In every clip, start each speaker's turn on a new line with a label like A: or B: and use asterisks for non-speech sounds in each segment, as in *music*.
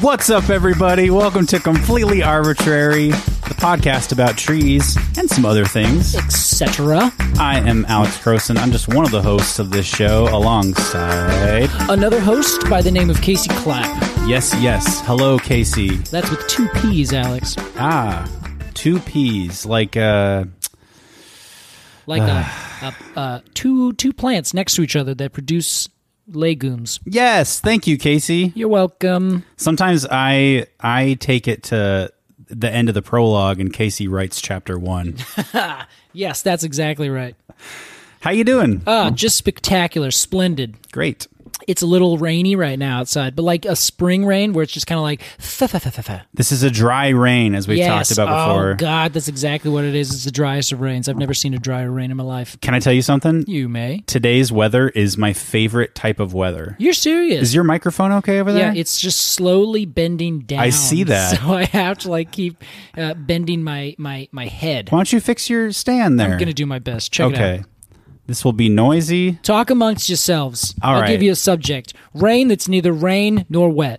A: What's up, everybody? Welcome to Completely Arbitrary, the podcast about trees and some other things.
B: etc.
A: I am Alex Croson. I'm just one of the hosts of this show alongside.
B: Another host by the name of Casey Clapp.
A: Yes, yes. Hello, Casey.
B: That's with two P's, Alex.
A: Ah, two P's. Like, uh, *sighs*
B: Like uh, uh, uh, two two plants next to each other that produce legumes.
A: yes, thank you, Casey.
B: You're welcome.
A: Sometimes I I take it to the end of the prologue and Casey writes chapter one.
B: Yes, that's exactly right.
A: How you doing?
B: Ah, just spectacular, splendid.
A: Great.
B: It's a little rainy right now outside, but like a spring rain where it's just kind of like fa fa fa fa fa.
A: This is a dry rain, as we've
B: Yes.
A: talked about before.
B: Oh God, that's exactly what it is. It's the driest of rains. I've never seen a drier rain in my life.
A: Can I tell you something?
B: You may.
A: Today's weather is my favorite type of weather.
B: You're serious?
A: Is your microphone okay over there?
B: Yeah, it's just slowly bending down.
A: I see that.
B: *laughs* So I have to like keep uh, bending my my my head.
A: Why don't you fix your stand there?
B: I'm gonna do my best. Check it
A: okay.
B: out.
A: This will be noisy.
B: Talk amongst yourselves.
A: All
B: I'll
A: right.
B: give you a subject: rain that's neither rain nor wet.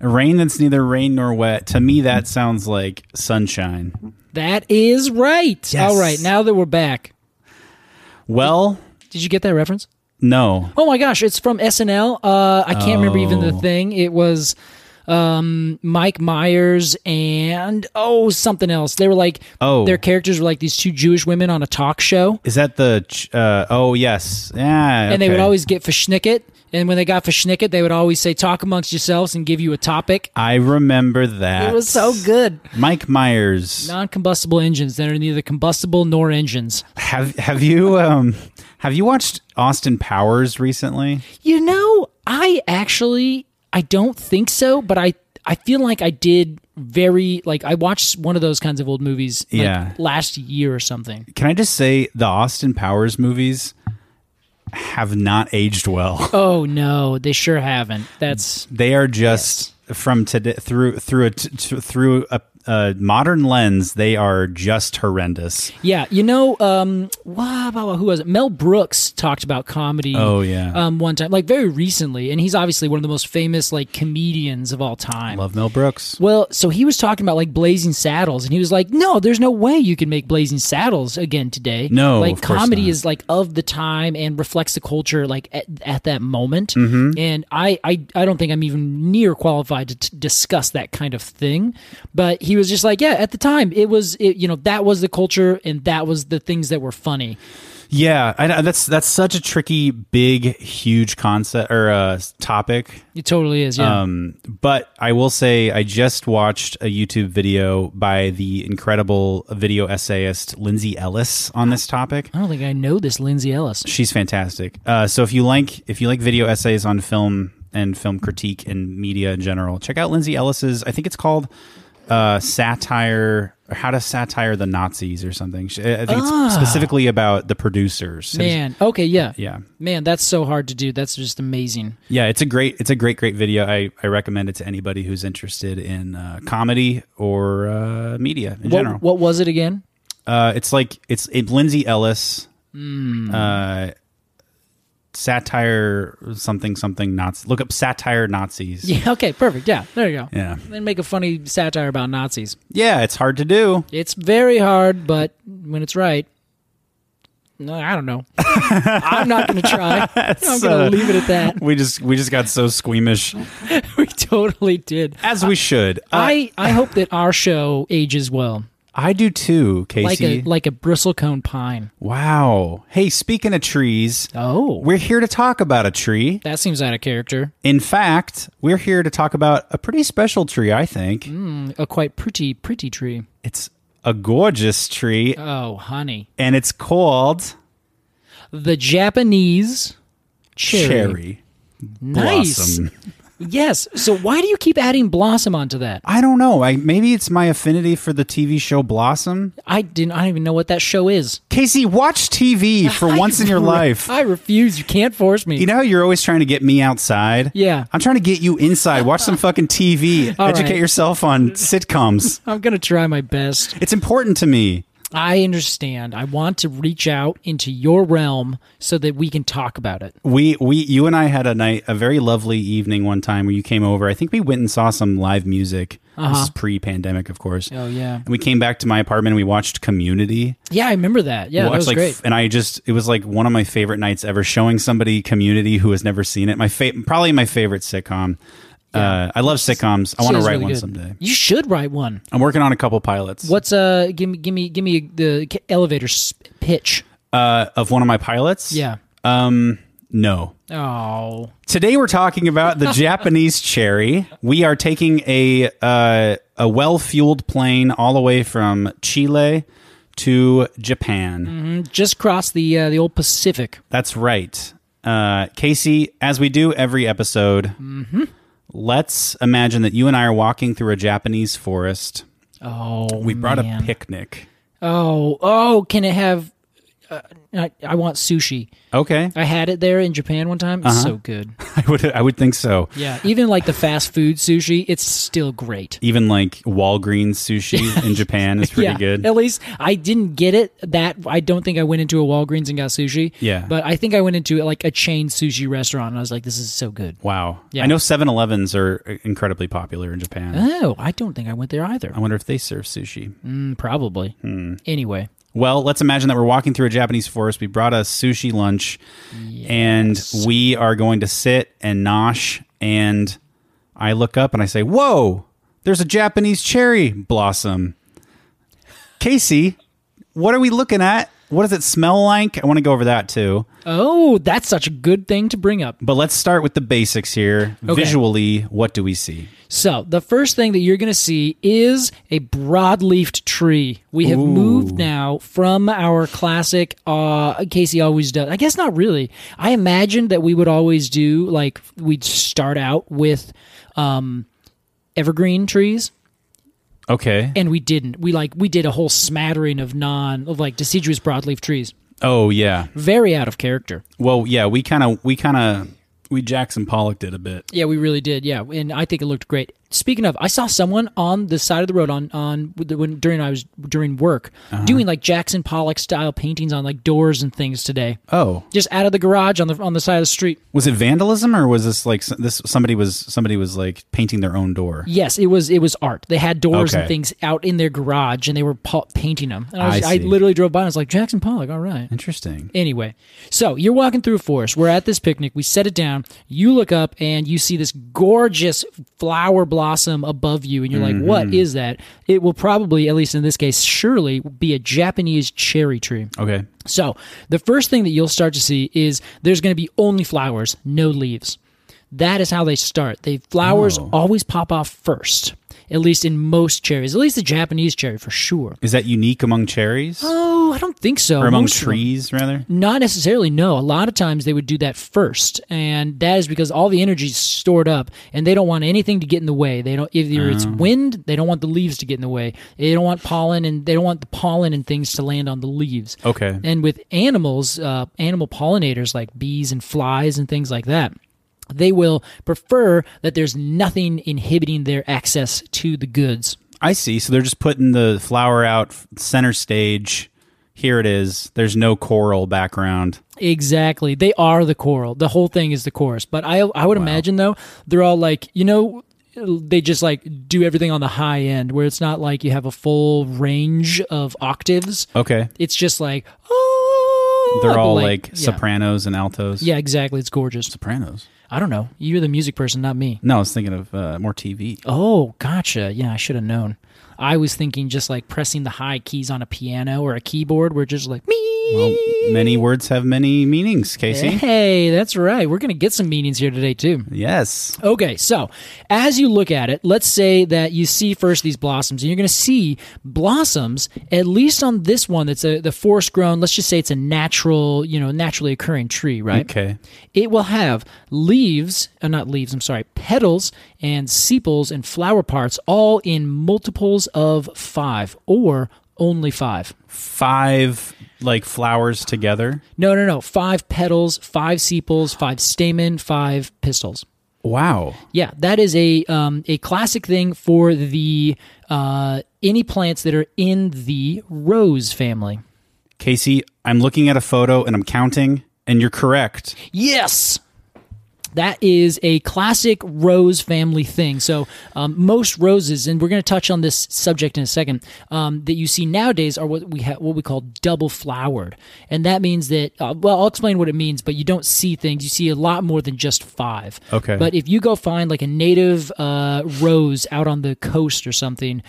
A: Rain that's neither rain nor wet. To me, that sounds like sunshine.
B: That is right.
A: Yes.
B: All right, now that we're back,
A: Well,
B: did you get that reference?
A: no.
B: Oh my gosh, it's from SNL. Uh, I can't remember even
A: Oh.
B: the thing. It was um, Mike Myers and oh something else. They were like
A: Oh.
B: their characters were like these two Jewish women on a talk show.
A: Is that the? ch- Uh, oh yes. Yeah.
B: and they would
A: okay.
B: always get fashnicket. And when they got fashnicket, they would always say, "Talk amongst yourselves and give you a topic."
A: I remember that.
B: It was so good.
A: Mike Myers.
B: Non-combustible engines that are neither combustible nor engines.
A: Have Have you um Have you watched Austin Powers recently?
B: You know, I actually I don't think so, but I I feel like I did very like I watched one of those kinds of old movies like,
A: Yeah.
B: last year or something.
A: Can I just say the Austin Powers movies have not aged well.
B: Oh no, they sure haven't. That's
A: They are just from today through through a t- t- through a, a modern lens. They are just horrendous.
B: Yeah, you know, um, wow, wow, wow, who was it? Mel Brooks talked about comedy.
A: Oh, yeah.
B: um, one time, like very recently, and he's obviously one of the most famous like comedians of all time.
A: Love Mel Brooks.
B: well, so he was talking about like Blazing Saddles, and he was like, "No, there's no way you can make Blazing Saddles again today.
A: No,
B: like
A: of course
B: comedy
A: not.
B: is like of the time and reflects the culture like at, at that moment.
A: Mm-hmm.
B: And I, I, I don't think I'm even near qualified to t- discuss that kind of thing. But he was just like, yeah, at the time it was, it, you know, that was the culture and that was the things that were funny.
A: Yeah, I, know- that's that's such a tricky, big, huge concept or uh, topic.
B: It totally is. Yeah.
A: Um, but I will say, I just watched a YouTube video by the incredible video essayist Lindsay Ellis on this topic.
B: I don't think I know this Lindsay Ellis.
A: She's fantastic. Uh, so if you like if you like video essays on film and film critique and media in general, check out Lindsay Ellis's. I think it's called uh, satire or how to satire the Nazis or something. She- I think it's specifically about the producers.
B: Man, okay, yeah.
A: Yeah.
B: Man, that's so hard to do. That's just amazing.
A: Yeah, it's a great it's a great great video. I, I recommend it to anybody who's interested in uh, comedy or uh, media in general.
B: What, what was it again? Hmm.
A: Uh, it's like it's it, Lindsay Ellis. Uh, satire something something Nazi. Look up satire Nazis.
B: *laughs* Yeah. Okay. Perfect. Yeah. There you go.
A: Yeah.
B: Then make a funny satire about Nazis.
A: Yeah, it's hard to do.
B: It's very hard, but when it's right, no, I
A: *laughs*
B: don't know. I'm not going to try. I'm going to
A: uh,
B: leave it at that. *laughs*
A: We just we just got so squeamish
B: We totally did.
A: as we should. Uh,
B: I, I hope that our show ages well,
A: I do too,
B: like
A: Casey.
B: a like a bristlecone pine.
A: wow. Hey, speaking of trees,
B: Oh,
A: we're here to talk about a tree.
B: that seems out of character.
A: In fact, we're here to talk about a pretty special tree, I think.
B: A quite pretty pretty tree.
A: It's a gorgeous tree
B: Oh, honey,
A: and it's called
B: the Japanese cherry.
A: cherry.
B: Nice.
A: Blossom.
B: Yes. So why do you keep adding blossom onto that?
A: I don't know. I maybe it's my affinity for the TV show Blossom.
B: I didn't. I don't even know what that show is.
A: Casey, watch TV
B: *laughs*
A: for
B: I
A: once in your
B: re-
A: life.
B: I refuse. You can't force me.
A: You know how you're always trying to get me outside?
B: Yeah.
A: I'm trying to get you inside. Watch some fucking TV.
B: *laughs* All
A: Educate
B: right.
A: yourself on sitcoms.
B: I'm gonna try my best.
A: It's important to me.
B: I understand. I want to reach out into your realm so that we can talk about it.
A: We we you and I had a night a very lovely evening one time where you came over. I think we went and saw some live music. This is pre-pandemic, of course.
B: Uh-huh. Oh yeah.
A: And we came back to my apartment and we watched Community.
B: Yeah, I remember that.
A: We
B: Yeah, that
A: watched,
B: was
A: like,
B: great.
A: f- and I just it was like one of my favorite nights ever showing somebody Community who has never seen it. My fa- probably my favorite sitcom. Uh, I love sitcoms. I want to
B: Shit is
A: write
B: really
A: one
B: good.
A: someday.
B: You should write one.
A: I'm working on a couple pilots.
B: What's uh? Give me, give me, give me the c- elevator s- pitch.
A: uh, of one of my pilots?
B: Yeah.
A: Um, no.
B: Oh,
A: Today we're talking about
B: *laughs*
A: the Japanese cherry. We are taking a uh, a well fueled plane all the way from Chile to Japan.
B: just cross the uh, the old Pacific.
A: That's right, uh, Casey. As we do every episode, let's imagine that you and I are walking through a Japanese forest.
B: Oh,
A: We brought
B: man.
A: a picnic.
B: Oh, oh, can it have? Uh, I, I want sushi.
A: Okay,
B: I had it there in Japan one time. It's
A: Uh-huh.
B: so good.
A: *laughs* I would I would think so.
B: Yeah, even like the fast food sushi, it's still great.
A: Even like Walgreens
B: *laughs*
A: sushi in Japan is pretty
B: yeah,
A: good.
B: At least I didn't get it that I don't think I went into a Walgreens and got sushi.
A: Yeah.
B: But I think I went into like a chain sushi restaurant and I was like, this is so good.
A: Wow.
B: Yeah.
A: I know 7-Elevens are incredibly popular in Japan.
B: Oh, I don't think I went there either.
A: I wonder if they serve sushi.
B: Mm, probably.
A: Hmm.
B: Anyway,
A: Well, let's imagine that we're walking through a Japanese forest. We brought a sushi lunch and we are going to sit and nosh and I look up and I say, "Whoa, there's a Japanese cherry blossom." Casey, what are we looking at? What does it smell like? I want to go over that too.
B: oh, that's such a good thing to bring up.
A: But let's start with the basics here.
B: Okay.
A: Visually, what do we see?
B: So, the first thing that you're going to see is a broadleafed tree. We have moved now from our classic, uh, Casey always does. I guess not really. I imagined that we would always do, like, we'd start out with um, evergreen trees.
A: Okay.
B: And we didn't. We like we did a whole smattering of non of like deciduous broadleaf trees.
A: Oh, yeah.
B: Very out of character.
A: Well, yeah, we kind of we kind of we Jackson Pollock did a bit.
B: Yeah, we really did. Yeah, and I think it looked great. Speaking of, I saw someone on the side of the road on on when during I was during work
A: Uh-huh.
B: doing like Jackson Pollock style paintings on like doors and things today.
A: Oh,
B: Just out of the garage on the on the side of the street.
A: was it vandalism or was this like s- this somebody was somebody was like painting their own door?
B: Yes, it was it was art. They had doors and
A: Okay.
B: things out in their garage, and they were pa- painting them. And I, was,
A: I
B: I
A: see.
B: literally drove by. and I was like Jackson Pollock. All right.
A: Interesting.
B: Anyway, so you're walking through a forest. We're at this picnic. We set it down. You look up and you see this gorgeous flower blossom above you, and you're like,
A: Mm-hmm.
B: "What is that?" It will probably, at least in this case, surely be a Japanese cherry tree.
A: Okay.
B: So the first thing that you'll start to see is there's going to be only flowers, no leaves. That is how they start. The flowers
A: Oh.
B: always pop off first, at least in most cherries, at least the Japanese cherry for sure.
A: Is that unique among cherries
B: Oh, I don't think so.
A: or among
B: Most of them-
A: trees rather?
B: not necessarily, no. A lot of times they would do that first, and that is because all the energy is stored up, and they don't want anything to get in the way. They don't. Either it's wind, they don't want the leaves to get in the way. They don't want pollen, and they don't want the pollen and things to land on the leaves.
A: Okay.
B: And with animals, uh, animal pollinators like bees and flies and things like that, they will prefer that there's nothing inhibiting their access to the goods.
A: I see. So they're just putting the flower out f- center stage Here it is. There's no choral background.
B: Exactly. They are the choral. The whole thing is the chorus. But I I would imagine though, they're all like, you know, they just like do everything on the high end where it's not like you have a full range of octaves.
A: Okay.
B: It's just like oh
A: They're
B: but
A: all like,
B: yeah.
A: sopranos and altos.
B: Yeah, exactly. It's gorgeous.
A: Sopranos.
B: I don't know. You're the music person, not me.
A: No, I was thinking of uh, more TV.
B: Oh, gotcha. Yeah, I should have known. I was thinking just like pressing the high keys on a piano or a keyboard. We're just like me.
A: Well, Oh, many words have many meanings,
B: Eh?
A: Casey.
B: Hey, that's right. We're gonna get some meanings here today too.
A: Yes.
B: Okay, so as you look at it, let's say that you see first these blossoms, and you're going to see blossoms at least on this one that's a, the forest grown. Let's just say it's a natural, you know, naturally occurring tree, right?
A: Okay.
B: It will have leaves, uh, not leaves. I'm sorry, petals and sepals and flower parts, all in multiples of five or only five.
A: Five like flowers together.
B: No, no, no, five petals, five sepals, five stamen, five pistils.
A: Wow.
B: Yeah, that is a um, a classic thing for the uh, any plants that are in the rose family.
A: Casey, I'm looking at a photo and I'm counting, and you're correct.
B: Yes. That is a classic rose family thing. So, um, most roses, and we're going to touch on this subject in a second, um, that you see nowadays are what we ha- what we call double flowered, and that means that. Uh, well, I'll explain what it means, but you don't see things. You see a lot more than just five.
A: Okay.
B: But if you go find like a native uh, rose out on the coast or something,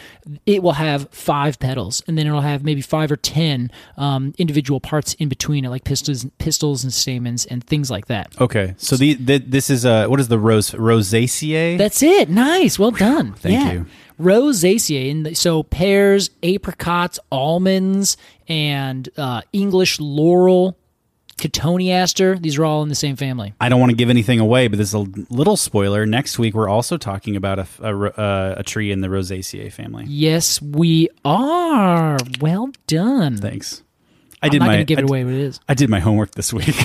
B: it will have five petals, and then it'll have maybe five or ten um, individual parts in between it, like pistils, pistils and stamens and things like that.
A: Okay. So the, the this is uh what is the rose rosaceae?
B: That's it. Nice. Well done.
A: Thank
B: Yeah.
A: you.
B: Rosaceae. And th- so pears, apricots, almonds, and uh, English laurel, cotoneaster. These are all in the same family.
A: I don't want to give anything away, but this is a little spoiler. Next week, we're also talking about a a, ro- uh, a tree in the Rosaceae family.
B: Yes, we are. Well done.
A: Thanks. I
B: I'm
A: did
B: not
A: my
B: going to give
A: I
B: it
A: d-
B: away what it is. *laughs*
A: I did my homework this week.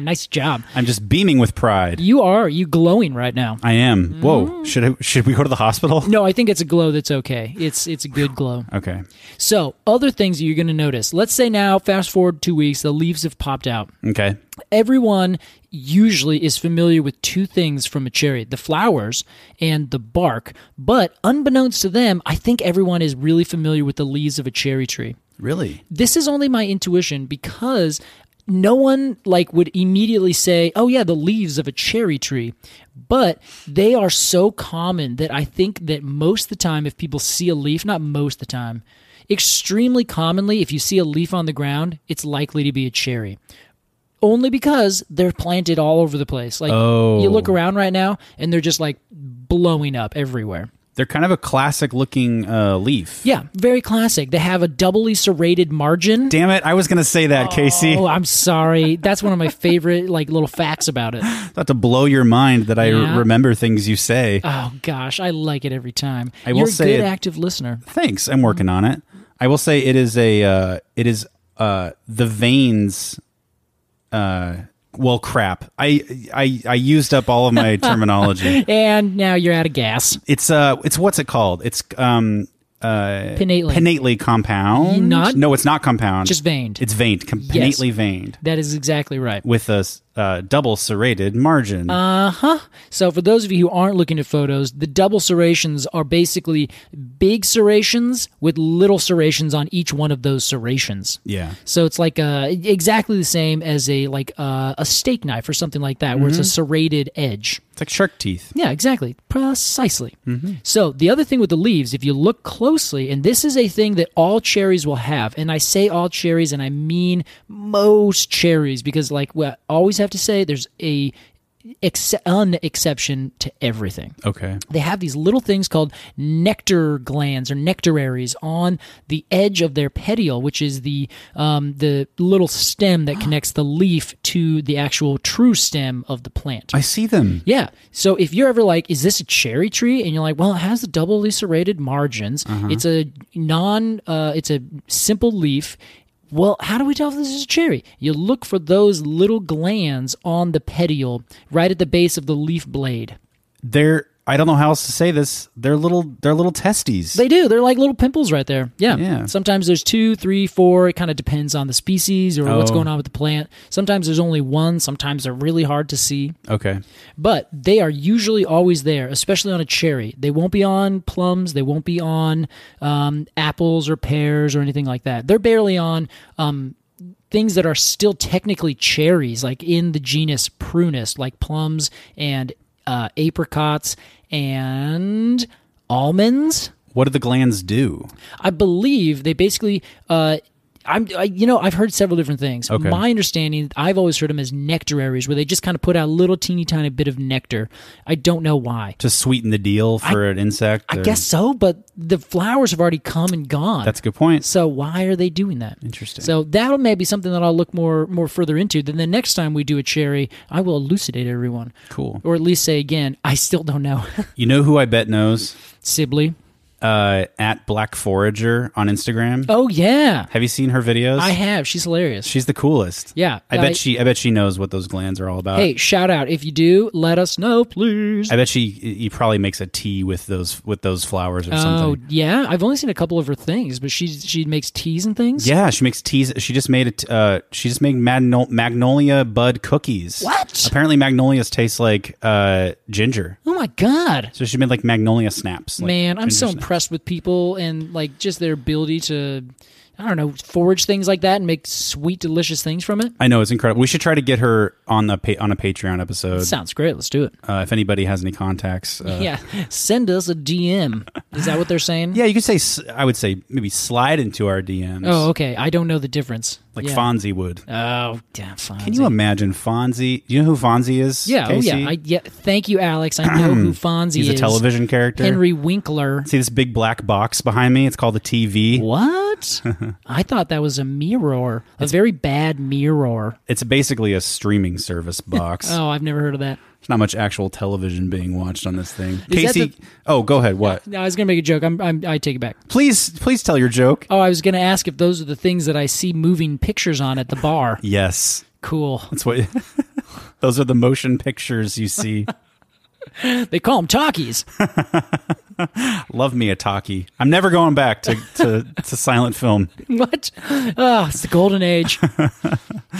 B: nice job.
A: I'm just beaming with pride.
B: You are. You glowing right now.
A: I am. Whoa! Should I, should we go to the hospital?
B: Mm. No, I think it's a glow that's okay. It's it's a good glow.
A: Okay.
B: So, other things that you're going to notice. Let's say now, fast forward two weeks, the leaves have popped out.
A: Okay.
B: everyone usually is familiar with two things from a cherry the flowers and the bark but unbeknownst to them i think everyone is really familiar with the leaves of a cherry tree
A: Really?
B: this is only my intuition because no one like would immediately say oh yeah the leaves of a cherry tree but they are so common that i think that most of the time if people see a leaf not most of the time extremely commonly if you see a leaf on the ground it's likely to be a cherry only because they're planted all over the place like you look around right now and they're just like blowing up everywhere
A: They're kind of a classic looking uh, leaf.
B: yeah very classic they have a doubly serrated margin
A: Damn it! I was gonna say that, *laughs* Casey.
B: Oh, I'm sorry. That's one of my favorite like little facts about it.
A: Not to blow your mind that I
B: Yeah.
A: remember things you say.
B: Oh gosh, I like it every time.
A: I will
B: You're
A: say
B: a
A: it-
B: good active listener.
A: Thanks. I'm working on it. I will say it is a uh, it is uh, the veins. Uh, well, crap. I I I used up all of
B: *laughs*
A: my terminology.
B: And now you're out of gas.
A: It's uh, it's what's it called? It's um,
B: Pinnately.
A: pinnately compound.
B: Not-
A: no, it's not compound.
B: Just veined.
A: It's veined, com-
B: Yes.
A: pinnately veined
B: that is exactly right.
A: with a s- uh, double serrated margin.
B: Uh, So for those of you who aren't looking at photos, the double serrations are basically big serrations with little serrations on each one of those serrations.
A: yeah.
B: So it's like uh, exactly the same as a like uh, a steak knife or something like that, where it's a
A: Mm-hmm.
B: serrated edge.
A: It's like shark teeth.
B: Yeah, exactly. Precisely. So, the other thing with the leaves, if you look closely, and this is a thing that all cherries will have, and I say all cherries and I mean most cherries because, like, we always have to say there's a ex- an exception to everything
A: Okay.
B: they have these little things called nectar glands or nectaries on the edge of their petiole, which is the um, the little stem that connects the leaf to the actual true stem of the plant.
A: I see them.
B: Yeah. So if you're ever like, is this a cherry tree? And you're like, well, it has the doubly serrated margins.
A: Uh-huh.
B: It's a non, uh, it's a simple leaf. Well, how do we tell if this is a cherry? You look for those little glands on the petiole right at the base of the leaf blade.
A: They're I don't know how else to say this. They're little. They're little testes.
B: They do. They're like little pimples right there. Yeah.
A: Yeah.
B: Sometimes there's two, three, four. It kind of depends on the species or what's
A: Oh.
B: going on with the plant. Sometimes there's only one. Sometimes they're really hard to see.
A: okay.
B: But they are usually always there, especially on a cherry. They won't be on plums. They won't be on um, apples or pears or anything like that. They're barely on um, things that are still technically cherries, like in the genus Prunus, like plums and uh, apricots and almonds.
A: What do the glands do?
B: I believe they basically. Uh, I'm, I, you know, I've heard several different things.
A: Okay.
B: My understanding, I've always heard them as nectararies, where they just kind of put out a little teeny tiny bit of nectar. I don't know why.
A: To sweeten the deal for an insect.
B: I
A: or-
B: guess so, but the flowers have already come and gone.
A: that's a good point.
B: So why are they doing that?
A: Interesting.
B: So that'll maybe something that I'll look more more further into. Then the next time we do a cherry, I will elucidate everyone,
A: Cool.
B: or at least say again, I still don't know. *laughs*
A: You know who I bet knows?
B: Sibley.
A: Uh, at Black Forager on Instagram.
B: Oh yeah,
A: Have you seen her videos?
B: I have. She's hilarious.
A: She's the coolest.
B: Yeah,
A: I
B: I-
A: bet she. I bet she knows what those glands are all about.
B: hey, shout out if you do, let us know, please.
A: Uh, I bet she. He probably makes a tea with those with those flowers or
B: Oh
A: something.
B: yeah, I've only seen a couple of her things, but she she makes teas and things.
A: Yeah, she makes teas. She just made it. Uh, she just made magno- magnolia bud cookies.
B: What?
A: Apparently, magnolias taste like uh, ginger.
B: Oh my god.
A: So she made like magnolia snaps. like
B: Man, I'm
A: ginger
B: so
A: snaps.
B: impressed with people and like just their ability to I don't know, forage things like that and make sweet delicious things from it.
A: I know it's incredible. We should try to get her on the pa- on a Patreon episode.
B: Sounds great. Let's do it.
A: Uh, if anybody has any contacts, uh,
B: yeah. Send us a DM. Is that what they're
A: *laughs*
B: saying?
A: yeah, you could say. s- I would say maybe slide into our DMs.
B: Oh, okay. I don't know the difference.
A: like
B: yeah.
A: Fonzie would.
B: Oh, damn Fonzie.
A: Can you imagine Fonzie? Do you know who Fonzie is?
B: Yeah, oh
A: Casey?
B: yeah. I, yeah. Thank you, Alex. I
A: *clears throat*
B: know who Fonzie
A: He's
B: is.
A: a television character.
B: Henry Winkler.
A: See this big black box behind me? It's called the TV.
B: *laughs* What? I thought that was a mirror, a very bad mirror.
A: It's basically a streaming service box.
B: *laughs* Oh, I've never heard of that.
A: There's not much actual television being watched on this thing.
B: Is that
A: Casey,
B: the-
A: oh, go ahead. What?
B: No, I was gonna make a joke. I'm, I'm, I take it back.
A: Please, please tell your joke.
B: Oh, I was gonna ask if those are the things that I see moving pictures on at the *laughs* bar.
A: Yes,
B: Cool. *laughs*
A: that's what. *laughs* those are the motion pictures you
B: *laughs*
A: see.
B: They call them talkies. *laughs*
A: Love me a talkie. I'm never going back to to, to silent film.
B: what? Ah, it's the golden *laughs* age.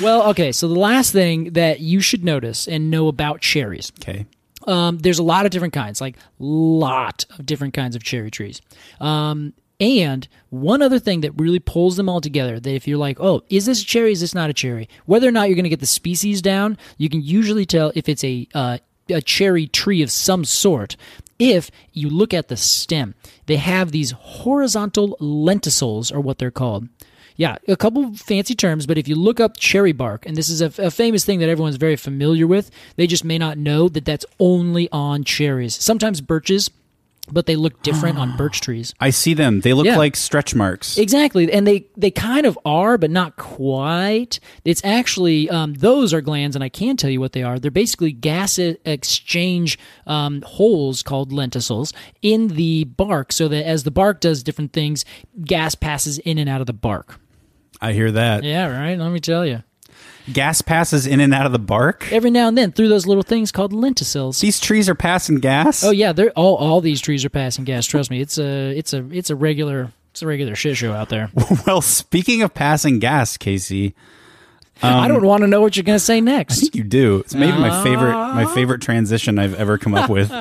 B: well, okay. So the last thing that you should notice and know about cherries.
A: Okay.
B: Um, there's a lot of different kinds, like lot of different kinds of cherry trees. Um, and one other thing that really pulls them all together that if you're like, oh, is this a cherry? Is this not a cherry? Whether or not you're going to get the species down, you can usually tell if it's a uh, a cherry tree of some sort if you look at the stem. They have these horizontal lenticels, are what they're called. Yeah, a couple of fancy terms, but if you look up cherry bark, and this is a, a famous thing that everyone's very familiar with, they just may not know that that's only on cherries. Sometimes birches, but they look different on birch trees.
A: I see them. They look
B: Yeah.
A: like stretch marks.
B: Exactly, and they they kind of are, but not quite. It's actually um, those are glands, and I can tell you what they are. They're basically gas e- exchange um, holes called lenticels in the bark, so that as the bark does different things, gas passes in and out of the bark.
A: I hear that.
B: Yeah, right. Let me tell you.
A: Gas passes in and out of the bark.
B: Every now and then, through those little things called lenticels.
A: These trees are passing gas.
B: Oh yeah, they're all all these trees are passing gas. Trust me, it's a it's a it's a regular it's a regular shit show out there.
A: *laughs* Well, speaking of passing gas, Casey,
B: I don't want to know what you're gonna say
A: I
B: next.
A: think you do. It's maybe my favorite my
B: Oh.
A: favorite transition I've ever come up
B: *laughs*
A: with.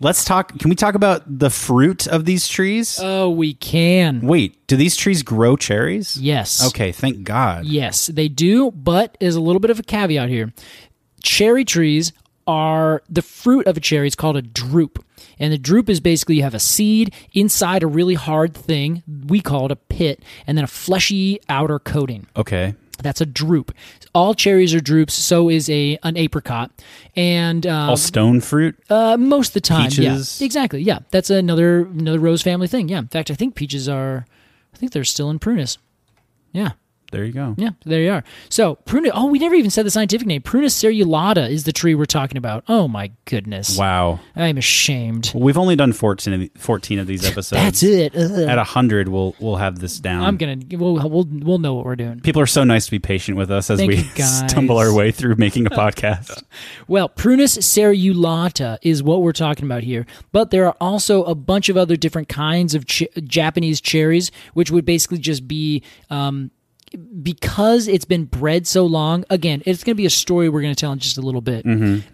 A: Let's talk. Can we talk about the fruit of these trees?
B: Oh, we can.
A: Wait, do these trees grow cherries?
B: Yes.
A: Okay, thank God.
B: Yes, they do, but there's a little bit of a caveat here. Cherry trees are the fruit of a cherry It's called a drupe. And the drupe is basically you have a seed inside a really hard thing, we call it a pit, and then a fleshy outer coating.
A: Okay.
B: That's a droop. All cherries are droops. So is a an apricot, and um,
A: All stone fruit?
B: uh, most of the time,
A: Peaches.
B: yeah, exactly, yeah. That's another another rose family thing. Yeah. In fact, I think peaches are. I think they're still in Prunus. Yeah.
A: There you go.
B: Yeah, there you are. So prunus. Oh, we never even said the scientific name. Prunus cerulata is the tree we're talking about. Oh my goodness.
A: Wow.
B: I'm ashamed.
A: We've only done 14 of, the- 14 of these episodes.
B: That's it. Ugh.
A: At 100, we'll we'll have this down.
B: I'm gonna. We'll, we'll we'll know what we're doing.
A: People are so nice to be patient with us as
B: Thank
A: we
B: you,
A: *laughs*
B: guys.
A: stumble our way through
B: *laughs*
A: making a podcast.
B: Well, Prunus cerulata is what we're talking about here, but there are also a bunch of other different kinds of ch- Japanese cherries, which would basically just be. Um, because it's been bred so long, again, it's going to be a story we're going to tell in just a little bit.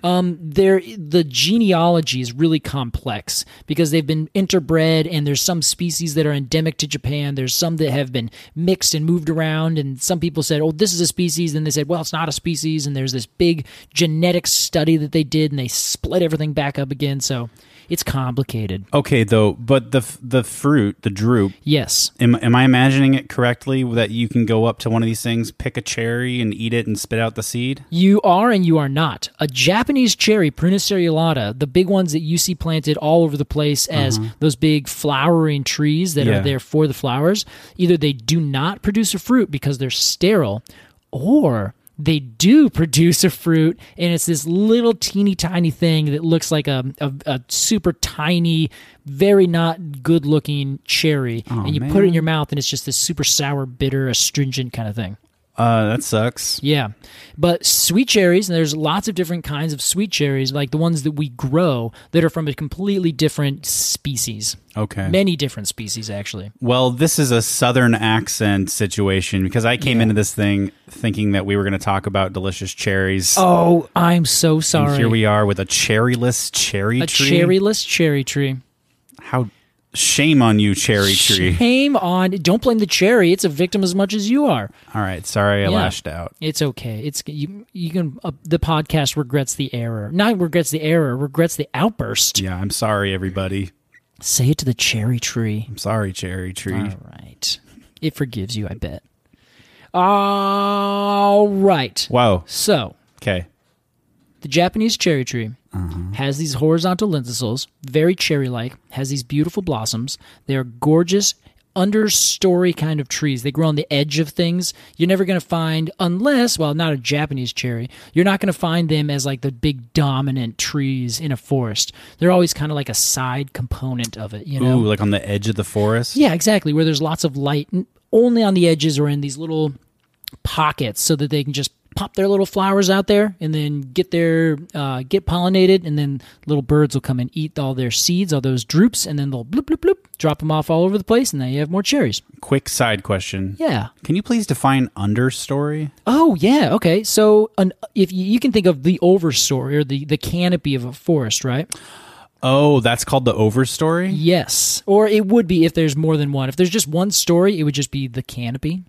B: Um, there, the genealogy is really complex because they've been interbred, and there's some species that are endemic to Japan. There's some that have been mixed and moved around, and some people said, "Oh, this is a species," and they said, "Well, it's not a species." And there's this big genetic study that they did, and they split everything back up again. So it's complicated.
A: Okay, though, but the f- the fruit, the droop,
B: Yes.
A: am, am I imagining it correctly that you can go up to one of these things, pick a cherry and eat it and spit out the seed?
B: You are and you are not. A Japanese cherry, Prunus cerulata, the big ones that you see planted all over the place as those big flowering trees that
A: Yeah.
B: are there for the flowers, either they do not produce a fruit because they're sterile, or they do *laughs* produce a fruit and it's this little teeny tiny thing that looks like a, a, a super tiny, very not good looking cherry. and you put it in your mouth and it's just this super sour, bitter, astringent kind of thing.
A: Uh, that sucks.
B: Yeah. But sweet cherries, and there's lots of different kinds of sweet cherries, like the ones that we grow that are from a completely different species.
A: Okay.
B: Many different species, actually.
A: Well, this is a southern accent situation because I came into this thing thinking that we were going to talk about delicious cherries.
B: Oh, I'm so
A: and
B: sorry.
A: here we are with a cherryless cherry
B: a
A: tree.
B: cherryless cherry tree.
A: How shame on you, cherry tree.
B: Shame on. Don't blame the cherry. It's a victim as much as you are.
A: All right, sorry I
B: Yeah.
A: lashed out.
B: It's okay. It's you. You can. Uh, the podcast regrets the error. Not regrets the error. Regrets the outburst.
A: Yeah, I'm sorry everybody.
B: Say it to the cherry tree.
A: I'm sorry cherry tree. *laughs*
B: All right. It forgives you, I bet. All right.
A: Wow.
B: So,
A: Okay.
B: the Japanese cherry tree
A: Uh-huh.
B: has these horizontal lenticels, very cherry like, has these beautiful blossoms. They are gorgeous understory kind of trees. They grow on the edge of things. You're never going to find unless, well, not a Japanese cherry. You're not going to find them as like the big dominant trees in a forest. They're always kind of like a side component of it, you know.
A: Ooh, like on the edge of the forest.
B: Yeah, exactly. Where there's lots of light, n- only on the edges or in these little pockets, so that they can just pop their little flowers out there and then get their uh, get pollinated, and then little birds will come and eat all their seeds, all those droops, and then they'll bloop bloop bloop drop them off all over the place, and then you have more cherries.
A: Quick side question.
B: Yeah.
A: Can you please define understory?
B: Oh yeah. Okay. So an, if you, you can think of the overstory or the the canopy of a forest, right?
A: Oh, that's called the overstory?
B: Yes. Or it would be if there's more than one. If there's just one story, it would just be the canopy,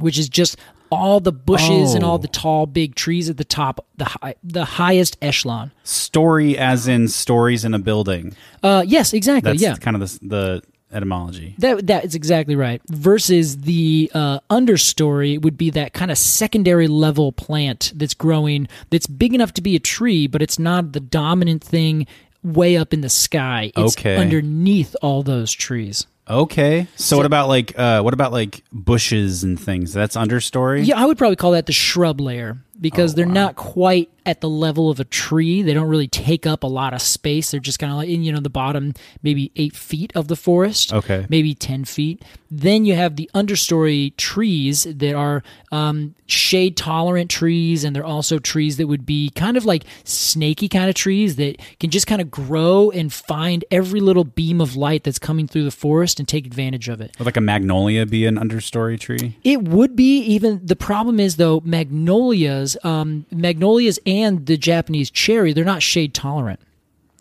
B: which is just all the bushes and all
A: Oh.
B: the tall big trees at the top, the high, the highest echelon.
A: Story as in stories in a building.
B: Uh yes, exactly.
A: That's
B: yeah.
A: kind of the, the etymology.
B: That that is exactly right. Versus the uh, understory would be that kind of secondary level plant that's growing, that's big enough to be a tree, but it's not the dominant thing way up in the sky. It's
A: Okay.
B: underneath all those trees.
A: Okay. So, what about like uh what about like bushes and things? That's understory?
B: Yeah, I would probably call that the shrub layer because they're not quite at the level of a tree. They don't really take up a lot of space. They're just kind of like in you know the bottom maybe eight feet of the forest.
A: Okay.
B: maybe ten feet. Then you have the understory trees that are um, shade tolerant trees, and they're also trees that would be kind of like snaky kind of trees that can just kind of grow and find every little beam of light that's coming through the forest and take advantage of it.
A: Would like a magnolia be an understory tree?
B: It would be even the problem is though magnolias, um, magnolias and the Japanese cherry, they're not shade tolerant,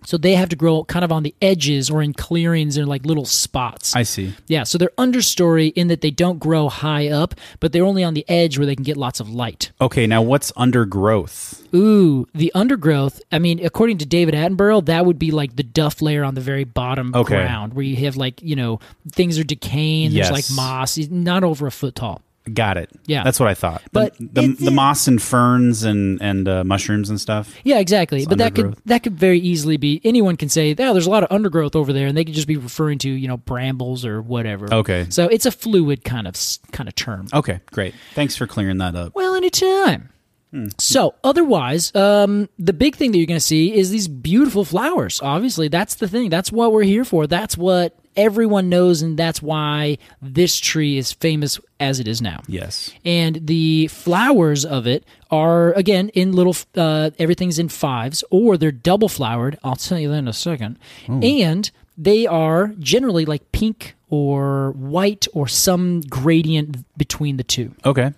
B: so they have to grow kind of on the edges or in clearings and like little spots.
A: I see.
B: yeah, so they're understory in that they don't grow high up, but they're only on the edge where they can get lots of light.
A: Okay, now what's undergrowth?
B: Ooh, the undergrowth. I mean, according to David Attenborough, that would be like the duff layer on the very bottom
A: Okay.
B: ground where you have like you know things are decaying.
A: Yes.
B: There's like moss, It's not over a foot tall.
A: Got it.
B: Yeah.
A: that's what I thought.
B: But
A: the the,
B: it's-
A: the moss and ferns and and uh, mushrooms and stuff.
B: Yeah, exactly. but that could
A: undergrowth.
B: that could very easily be anyone can say, "Yeah, there's a lot of undergrowth over there," and they could just be referring to you know brambles or whatever.
A: Okay.
B: So it's a fluid kind of s- kind of term.
A: Okay, great. Thanks for clearing that up.
B: Well, anytime. So, otherwise, um, the big thing that you're going to see is these beautiful flowers. Obviously, that's the thing. That's what we're here for. That's what everyone knows, and that's why this tree is famous as it is now.
A: Yes.
B: And the flowers of it are, again, in little, uh, everything's in fives, or they're double flowered. I'll tell you that in a second. And they are generally like pink or white or some gradient between the two
A: Okay.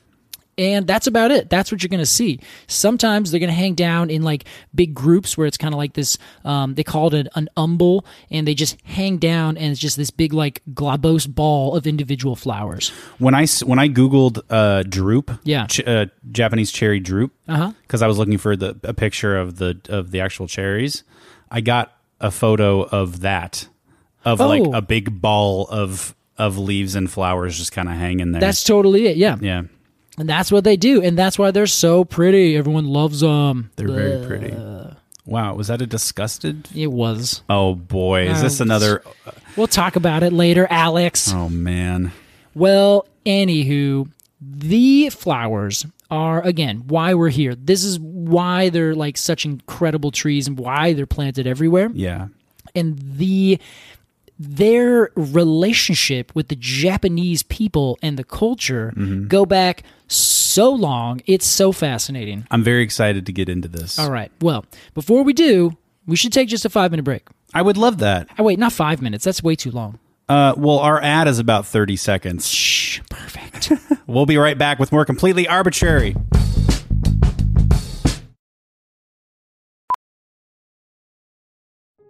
B: and that's about it. That's what you're going to see. Sometimes they're going to hang down in like big groups where it's kind of like this. Um, they call it an, an umbel, and they just hang down, and it's just this big like globose ball of individual flowers.
A: When I s- when I googled uh, droop,
B: Yeah.
A: ch- uh, Japanese cherry droop,
B: Uh-huh.
A: because I was looking for the a picture of the of the actual cherries, I got a photo of that, of like
B: Oh.
A: a big ball of of leaves and flowers just kind of hanging there.
B: That's totally it. Yeah.
A: yeah,
B: and that's what they do, and that's why they're so pretty. Everyone loves um, them.
A: they're very pretty. Wow, was that a disgusted?
B: It was.
A: Oh boy, is this
B: Um,
A: another?
B: We'll talk about it later, Alex.
A: Oh man,
B: Well, anywho, the flowers are again why we're here. This is why they're like such incredible trees and why they're planted everywhere.
A: yeah.
B: And the their relationship with the Japanese people and the culture go back so long. It's so fascinating.
A: I'm very excited to get into this.
B: All right. Well, before we do, we should take just a 5-minute break.
A: I would love that.
B: Oh wait, not 5 minutes. That's way too long.
A: Uh, well, our ad is about 30 seconds.
B: Shh, perfect. *laughs*
A: We'll be right back with more completely arbitrary.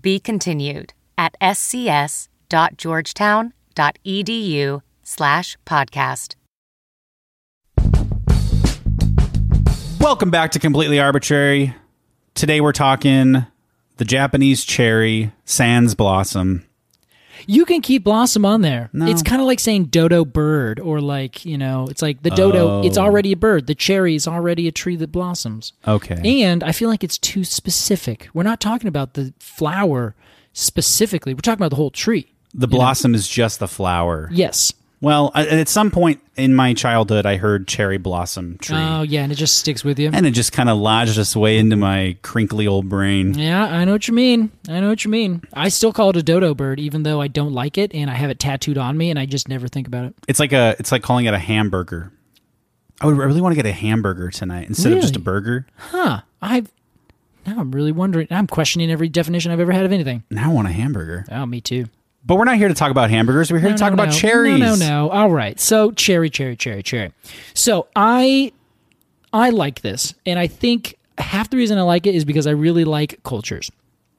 C: Be continued at scs.georgetown.edu slash podcast.
A: Welcome back to Completely Arbitrary. Today we're talking the Japanese cherry, Sans Blossom.
B: You can keep Blossom on there. It's kind of like saying dodo bird, or like, you know, it's like the dodo,
A: Oh.
B: it's already a bird. The cherry is already a tree that blossoms.
A: Okay.
B: And I feel like it's too specific. We're not talking about the flower specifically, we're talking about the whole tree.
A: The blossom is just the flower.
B: Yes.
A: Well, I- at some point in my childhood, I heard cherry blossom tree.
B: Oh, yeah. And it just sticks with you.
A: and it just kind of lodged its way into my crinkly old brain.
B: Yeah, I know what you mean. I know what you mean. I still call it a dodo bird, even though I don't like it and I have it tattooed on me and I just never think about it.
A: It's like a it's like calling it a hamburger. I would I really want to get a hamburger tonight instead of just a
B: Really?
A: burger.
B: Huh. I've. Now I'm really wondering. I'm questioning every definition I've ever had of anything.
A: Now I want a hamburger.
B: Oh, me too.
A: But we're not here to talk about hamburgers. We're here to talk about
B: no.
A: cherries.
B: No, no, no. All right. So cherry, cherry, cherry, cherry. So I, I like this, and I think half the reason I like it is because I really like cultures.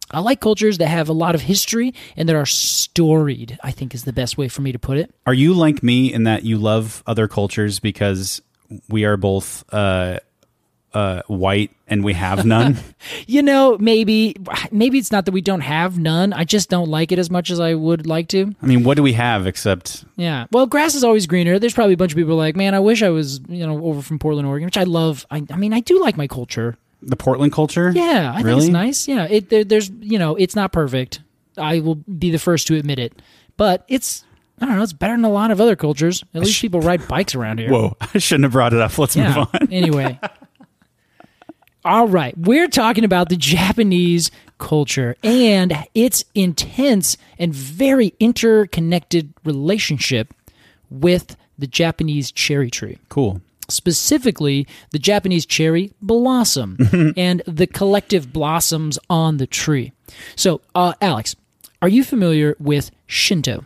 B: I like cultures that have a lot of history and that are storied. I think is the best way for me to put it.
A: Are you like me in that you love other cultures because we are both uh, uh, white and we have
B: *laughs*
A: none?
B: You know, maybe, maybe it's not that we don't have none. I just don't like it as much as I would like to.
A: I mean, what do we have except
B: Yeah. Well, grass is always greener. There's probably a bunch of people like, man, I wish I was, you know, over from Portland, Oregon, which I love. I, I mean, I do like my culture.
A: the Portland culture?
B: Yeah, I think
A: Really?
B: it's nice. Yeah, it there, there's you know, it's not perfect. I will be the first to admit it, but it's I don't know. It's better than a lot of other cultures. At least people ride bikes around here.
A: Whoa, *laughs* I shouldn't have brought it up. Let's
B: Yeah.
A: *laughs* move on.
B: anyway. All right. We're talking about the Japanese culture and its intense and very interconnected relationship with the Japanese cherry tree
A: Cool.
B: specifically the Japanese cherry blossom and the collective blossoms on the tree. So, uh, Alex, are you familiar with Shinto?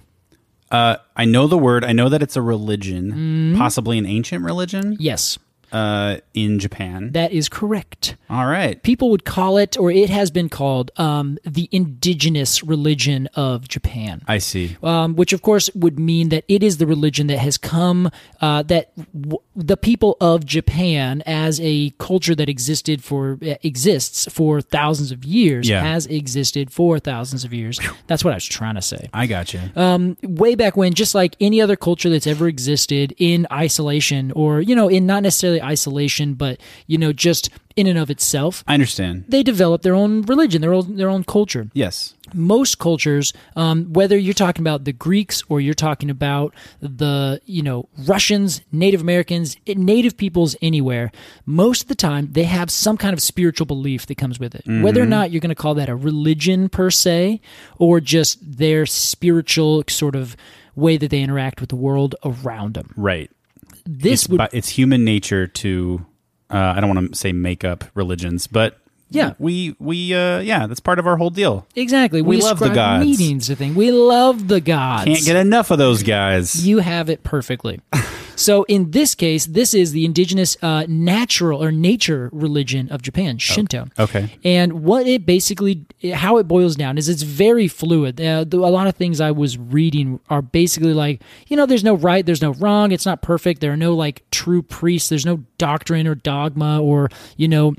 A: I know the word. I know that it's a
B: Mm-hmm.
A: religion, possibly an ancient religion
B: Yes,
A: uh, in Japan.
B: that is correct.
A: All right.
B: People would call it, or it has been called, um, the indigenous religion of Japan.
A: I see.
B: um, which of course would mean that it is the religion that has come uh, that w- the people of Japan, as a culture that existed for uh, exists for thousands of years,
A: Yeah.
B: has existed for thousands of years. That's what I was trying to say
A: I got you.
B: uh, way back when, just like any other culture that's ever existed in isolation, or you know, in not necessarily isolation, but you know, just in and of itself.
A: I understand.
B: They developed their own religion, their own their own culture
A: Yes.
B: most cultures, um, whether you're talking about the Greeks or you're talking about the you know Russians, Native Americans, i- Native peoples anywhere, most of the time they have some kind of spiritual belief that comes with it.
A: Mm-hmm.
B: Whether or not you're going to call that a religion per se, or just their spiritual sort of way that they interact with the world around them.
A: Right.
B: This
A: it's,
B: would
A: bi- it's human nature to uh, I don't want to say make up religions, but
B: Yeah.
A: we we uh, yeah, that's part of our whole deal.
B: exactly
A: We love the
B: ascribe
A: gods.
B: meanings to thing. We love the gods.
A: Can't get enough of those guys.
B: You have it perfectly. so in this case, this is the indigenous uh, natural or nature religion of Japan, Shinto.
A: okay.
B: And what it basically, how it boils down is it's very fluid. Uh, the, a lot of things I was reading are basically like, you know, there's no right, there's no wrong, it's not perfect, there are no like true priests, there's no doctrine or dogma or, you know,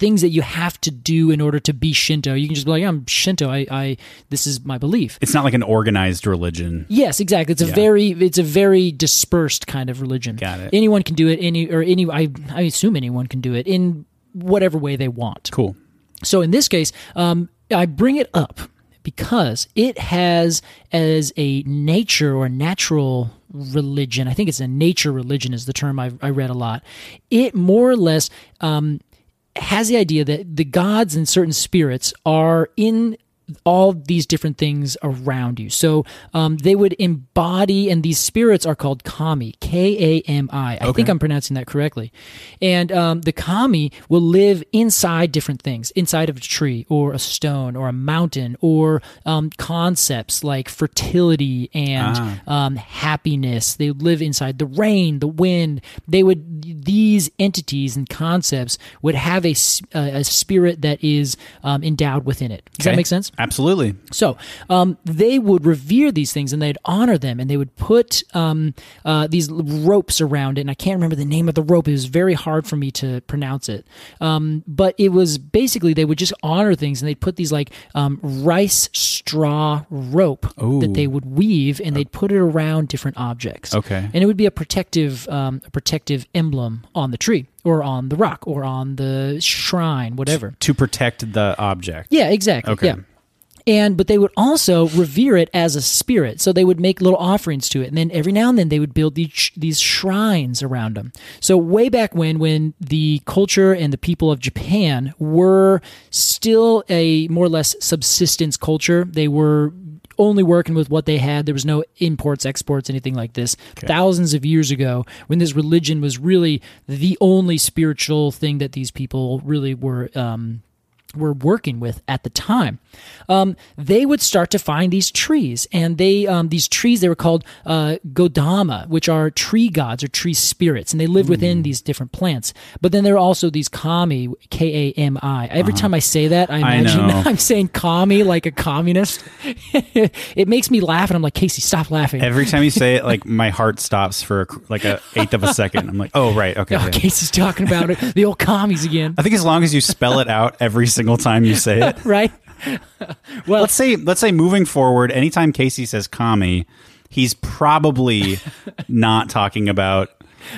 B: things that you have to do in order to be Shinto. You can just be like, I'm Shinto, I, I this is my belief.
A: It's not like an organized religion.
B: Yes, exactly. It's a very it's a very dispersed kind of religion.
A: Got it.
B: Anyone can do it. Any or any I I assume anyone can do it in whatever way they want.
A: Cool.
B: So in this case, um, I bring it up because it has as a nature or natural religion. I think it's a nature religion is the term I, I read a lot. It more or less um, has the idea that the gods and certain spirits are in all these different things around you. So um, they would embody, and these spirits are called kami, K A M I. I think I'm pronouncing that correctly. And um, the kami will live inside different things, inside of a tree or a stone or a mountain or um, concepts like fertility and um, happiness. They live inside the rain, the wind. They would these entities and concepts would have a s- a- a spirit that is um, endowed within it. Does that
A: Okay.
B: make sense?
A: Absolutely.
B: So um, they would revere these things and they'd honor them and they would put um, uh, these l- ropes around it. And I can't remember the name of the rope. It was very hard for me to pronounce it. Um, but it was basically they would just honor things and they'd put these like um, rice straw rope that they would weave and they'd put it around different objects.
A: Okay.
B: And it would be a protective, um, a protective emblem on the tree or on the rock or on the shrine, whatever.
A: To protect the object.
B: Yeah, exactly.
A: Okay.
B: Yeah. And but they would also revere it as a spirit, so they would make little offerings to it, and then every now and then they would build these these shrines around them. So way back when, when the culture and the people of Japan were still a more or less subsistence culture, they were only working with what they had. There was no imports, exports, anything like this. Thousands of years ago, when this religion was really the only spiritual thing that these people really were. Um, were working with at the time, um, they would start to find these trees, and they um, these trees they were called uh, godama, which are tree gods or tree spirits, and they live within
A: Hmm.
B: these different plants. But then there are also these kami, K A M I. Every time I say that, I
A: Ah. I
B: imagine
A: know.
B: *laughs* I'm saying kami like a communist. *laughs* it makes me laugh, and I'm like, Casey, stop laughing.
A: Every time you say it, like my heart stops for a, like a eighth of a second. I'm like, oh right,
B: *laughs*
A: okay. *laughs*
B: oh,
A: yeah.
B: Casey's talking about it, the old commies again, *laughs*
A: I think as long as you spell it out every single time you say it.
B: right? *laughs* well,
A: let's say let's say moving forward, anytime Casey says "commie," he's probably not talking about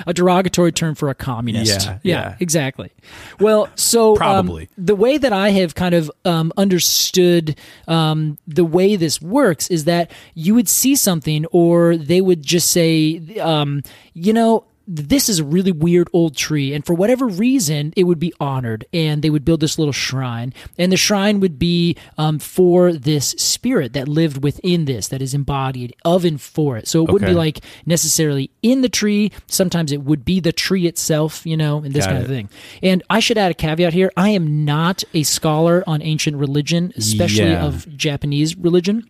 B: a derogatory term for a communist.
A: Yeah, yeah.
B: exactly. Well, so um,
A: Probably.
B: the way that I have kind of um, understood um, the way this works is that you would see something, or they would just say, um, you know. This is a really weird old tree, and for whatever reason, it would be honored, and they would build this little shrine, and the shrine would be um, for this spirit that lived within this, that is embodied of and for it. So it wouldn't be
A: Okay.
B: like necessarily in the tree. Sometimes it would be the tree itself, you know, and this
A: Got
B: kind of
A: it.
B: thing thing. And I should add a caveat here. I am not a scholar on ancient religion, especially
A: Yeah.
B: of Japanese religion.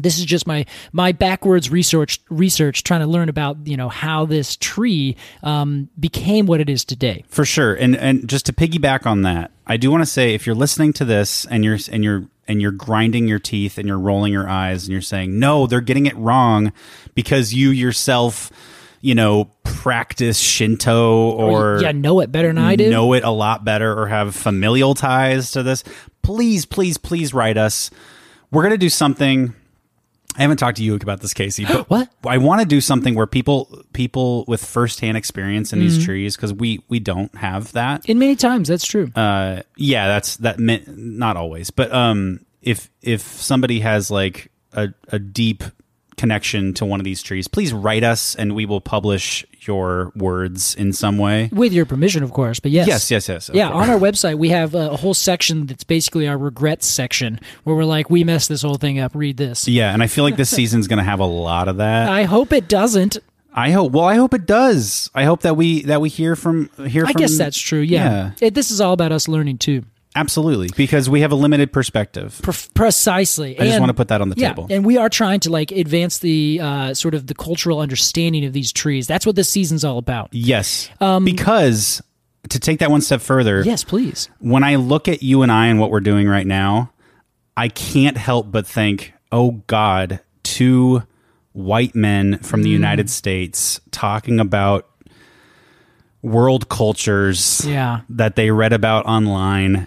B: This is just my my backwards research research trying to learn about you know how this tree um, became what it is today.
A: for sure. And and just to piggyback on that, I do want to say if you're listening to this and you're and you're and you're grinding your teeth and you're rolling your eyes and you're saying no, they're getting it wrong because you yourself, you know, practice Shinto or
B: yeah, know it better than I do.
A: know it a lot better or have familial ties to this, please, please, please write us. We're going to do something. I haven't talked to you about this, Casey, but
B: *gasps* What?
A: I want to do something where people people with firsthand experience in
B: Mm-hmm.
A: these trees because we we don't have that.
B: In many times, that's true.
A: Uh, yeah, that's that meant not always, but um, if if somebody has like a a deep connection to one of these trees, please write us and we will publish your words in some way.
B: With your permission, of course. But yes,
A: Yes, yes, yes, of
B: Yeah,
A: course.
B: on our website we have a a whole section that's basically our regrets section where we're like, we messed this whole thing up. Read this.
A: Yeah, and I feel like
B: *laughs*
A: this season's going to have a lot of that.
B: I hope it doesn't.
A: I hope. Well, I hope it does. I hope that we that we hear from hear.
B: I
A: from,
B: guess that's true. Yeah. It, this is all about us learning too.
A: absolutely, because we have a limited perspective.
B: Pre- precisely.
A: I just wanna put that on the
B: yeah,
A: table.
B: And we are trying to like advance the uh, sort of the cultural understanding of these trees. That's what this season's all about.
A: Yes,
B: Um,
A: because to take that one step further,
B: Yes, please.
A: when I look at you and I and what we're doing right now, I can't help but think, oh God, two white men from
B: Mm.
A: the United States talking about world cultures
B: Yeah.
A: that they read about online.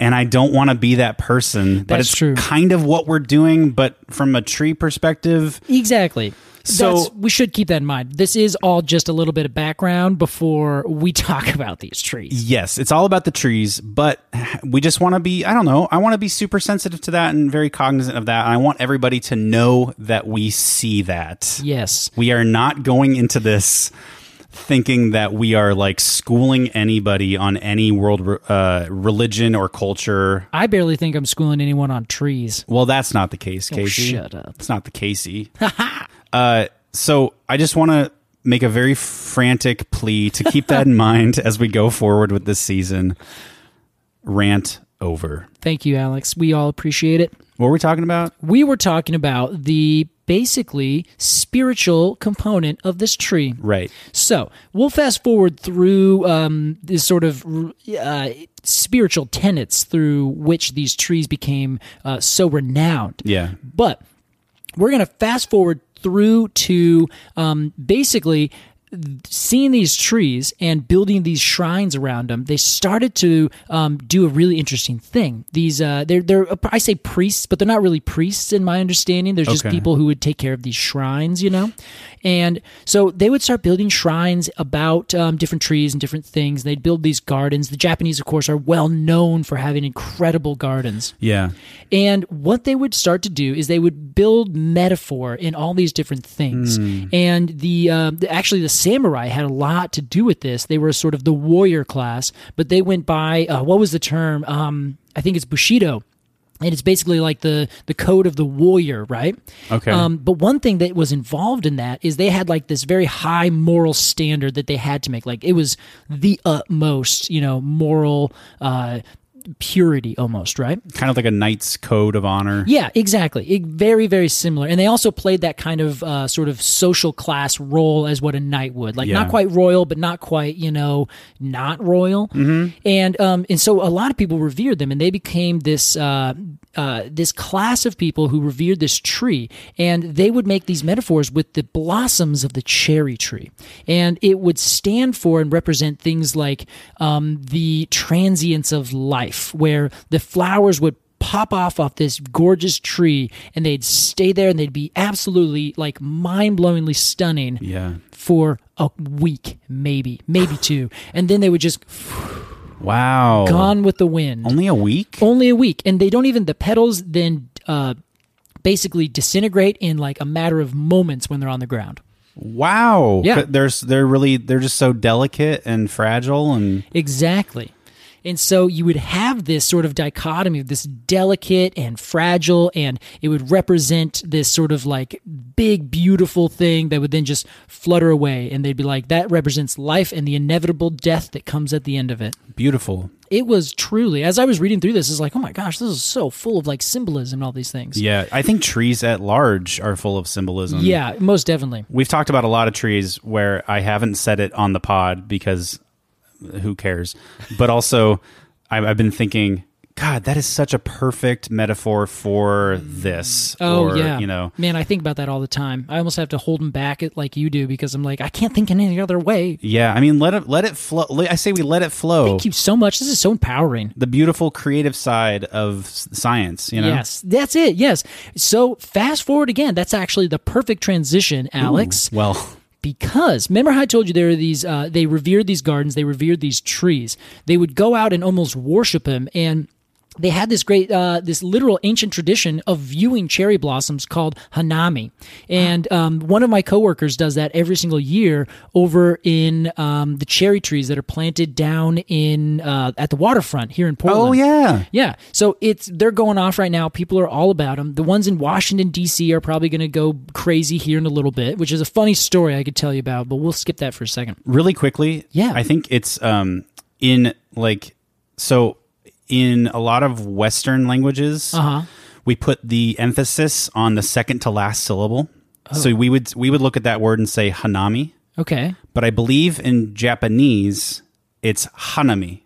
A: And I don't want to be that person, but
B: That's
A: it's
B: true.
A: kind of what we're doing, but from a tree perspective.
B: Exactly.
A: So-
B: That's, we should keep that in mind. This is all just a little bit of background before we *laughs* talk about these trees.
A: Yes, it's all about the trees, but we just want to be, I don't know, I want to be super sensitive to that and very cognizant of that. And I want everybody to know that we see that.
B: Yes.
A: We are not going into this thinking that we are like schooling anybody on any world re- uh, religion or culture.
B: I barely think I'm schooling anyone on trees.
A: Well, that's not the case, Casey.
B: shut up.
A: It's not the
B: *laughs*
A: Casey. uh, so I just want to make a very frantic plea to keep
B: *laughs*
A: that in mind as we go forward with this season. Rant over.
B: Thank you, Alex. We all appreciate it.
A: What were we talking about?
B: We were talking about the basically spiritual component of this tree.
A: Right.
B: So we'll fast forward through um, this sort of uh, spiritual tenets through which these trees became uh, so renowned.
A: Yeah.
B: But we're going to fast forward through to um, basically seeing these trees and building these shrines around them. They started to um, do a really interesting thing. These uh, they're they're I say priests, but they're not really priests in my understanding. They're just
A: Okay.
B: people who would take care of these shrines, you know. And so they would start building shrines about um, different trees and different things. They'd build these gardens. The Japanese, of course, are well known for having incredible gardens.
A: Yeah.
B: And what they would start to do is they would build metaphor in all these different things. And the, uh, the- actually the samurai had a lot to do with this. They were sort of the warrior class, but they went by uh, what was the term? Um, I think it's bushido. And it's basically like the the code of the warrior, right?
A: Okay.
B: Um, but one thing that was involved in that is they had like this very high moral standard that they had to make. Like it was the utmost, you know, moral uh, purity, almost, right?
A: Kind of like a knight's code of honor.
B: Yeah, exactly. It, very, very similar. And they also played that kind of uh, sort of social class role as what a knight would, like not
A: Yeah.
B: quite royal, but not quite you know not royal. And um, and so a lot of people revered them, and they became this uh, uh, this class of people who revered this tree, and they would make these metaphors with the blossoms of the cherry tree, and it would stand for and represent things like um, the transience of life, where the flowers would pop off off this gorgeous tree and they'd stay there and they'd be absolutely like mind-blowingly stunning
A: Yeah.
B: for a week, maybe, maybe two, and then they would just
A: Wow.
B: gone Oh. with the wind.
A: Only a week?
B: Only a week, and they don't even the petals then uh, basically disintegrate in like a matter of moments when they're on the ground.
A: Wow.
B: Yeah.
A: But There's they're really they're just so delicate and fragile and
B: Exactly. And so you would have this sort of dichotomy of this delicate and fragile, and it would represent this sort of like big, beautiful thing that would then just flutter away. And they'd be like, that represents life and the inevitable death that comes at the end of it.
A: beautiful.
B: It was truly, as I was reading through this, it's like, oh my gosh, this is so full of like symbolism and all these things.
A: Yeah. I think trees at large are full of symbolism.
B: Yeah, most definitely.
A: We've talked about a lot of trees where I haven't said it on the pod because who cares? But also, *laughs* I- I've been thinking, God, that is such a perfect metaphor for this.
B: Oh
A: or,
B: yeah,
A: You know,
B: man, I think about that all the time. I almost have to hold them back, it like you do, because I'm like, I can't think in any other way.
A: yeah. I mean, let it let it flow. I say we let it flow.
B: Thank you so much. This is so empowering.
A: The beautiful creative side of s- science. You know.
B: Yes, that's it. Yes. So fast forward again. That's actually the perfect transition, Alex, *laughs*
A: Well.
B: because remember how I told you there are these. Uh, they revered these gardens. They revered these trees. They would go out and almost worship him and. They had this great, uh, this literal ancient tradition of viewing cherry blossoms called hanami, and um, one of my coworkers does that every single year over in um, the cherry trees that are planted down in uh, at the waterfront here in Portland.
A: *laughs* Oh yeah.
B: Yeah. So it's they're going off right now. People are all about them. The ones in Washington D.C. are probably going to go crazy here in a little bit, which is a funny story I could tell you about, but we'll skip that for a second.
A: really quickly
B: Yeah.
A: i think it's um in like so in a lot of western languages
B: Uh-huh.
A: we put the emphasis on the second to last syllable
B: Oh.
A: so we would we would look at that word and say hanami
B: Okay.
A: but i believe in japanese it's hanami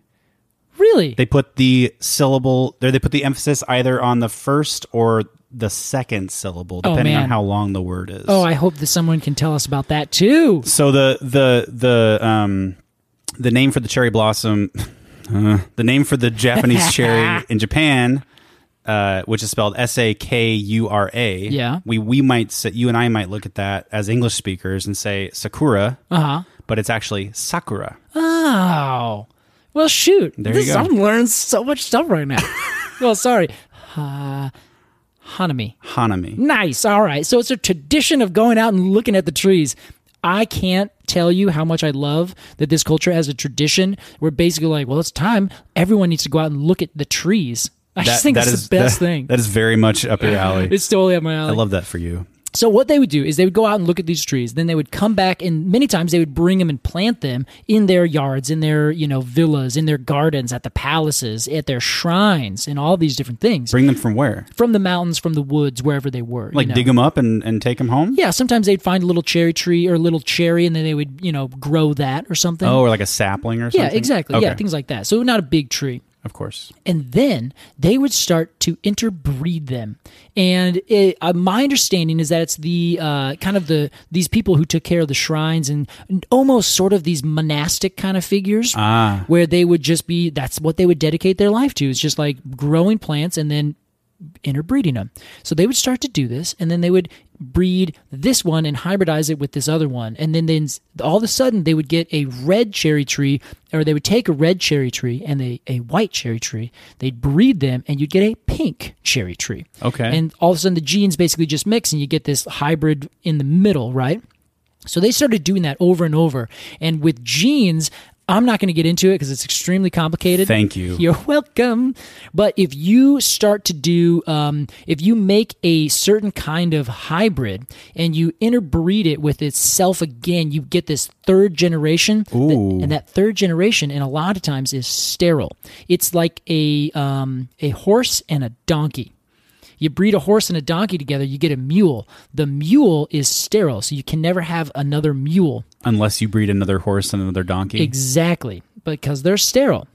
B: Really?
A: they put the syllable there they put the emphasis either on the first or the second syllable
B: Oh,
A: depending on
B: man.
A: how long the word is
B: oh, I hope that someone can tell us about that too.
A: So the the the um the name for the cherry blossom, *laughs* uh, the name for the Japanese
B: *laughs*
A: cherry in Japan, uh, which is spelled S A K U R A.
B: Yeah.
A: we we might say, you and I might look at that as English speakers and say sakura,
B: Uh huh.
A: but it's actually sakura.
B: Oh. Well, shoot.
A: There you
B: this,
A: go.
B: I'm learning so much stuff
A: *laughs*
B: right now. well, sorry. Uh, Hanami.
A: Hanami.
B: Nice. All right. So it's a tradition of going out and looking at the trees. I can't tell you how much I love that this culture has a tradition. We're basically like, well, it's time. Everyone needs to go out and look at the trees. I just think that's the best
A: that-
B: thing.
A: That is *laughs* very much up your alley.
B: It's totally up my alley.
A: I love that for you.
B: So what they would do is they would go out and look at these trees. Then they would come back and many times they would bring them and plant them in their yards, in their you know villas, in their gardens, at the palaces, at their shrines, and all these different things
A: Bring them from where?
B: from the mountains, from the woods, wherever they were. you
A: Like dig 'em
B: know?
A: dig them up and, and take them home?
B: Yeah, sometimes they'd find a little cherry tree or a little cherry, and then they would, you know, grow that or something.
A: Oh, or like a sapling or
B: yeah,
A: something?
B: exactly. Yeah,
A: Okay.
B: things like that. So not a big tree.
A: Of course.
B: And then they would start to interbreed them. And it, uh, my understanding is that it's the uh, kind of the these people who took care of the shrines and almost sort of these monastic kind of
A: Ah,
B: figures, where they would just be that's what they would dedicate their life to. It's just like growing plants and then interbreeding them. So they would start to do this, and then they would breed this one and hybridize it with this other one, and then then s- all of a sudden they would get a red cherry tree, or they would take a red cherry tree and a, a white cherry tree. They'd breed them, and you'd get a pink cherry tree.
A: Okay.
B: and all of a sudden the genes basically just mix, and you get this hybrid in the middle, right? So they started doing that over and over, and with genes. I'm not going to get into it because it's extremely complicated.
A: Thank you.
B: You're *laughs* welcome. But if you start to do, um, if you make a certain kind of hybrid and you interbreed it with itself again, you get this third generation. Ooh. and that third generation, and a lot of times, is sterile. It's like a um, a horse and a donkey. You breed a horse and a donkey together, you get a mule. The mule is sterile, so you can never have another mule.
A: Mm. Unless you breed another horse and another donkey.
B: Exactly, because they're sterile.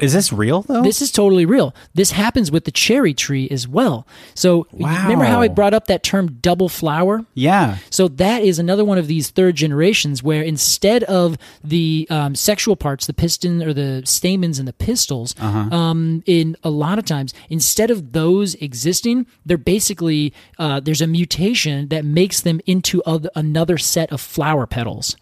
A: Is this real though?
B: This is totally real. This happens with the cherry tree as well. So remember how I
A: Wow.
B: brought up that term double flower?
A: yeah.
B: So that is another one of these third generations where instead of the um, sexual parts, the piston or the stamens and the pistils, um, in a lot of times, instead of those existing, they're basically uh, there's a mutation that makes them into oth- another set of flower petals.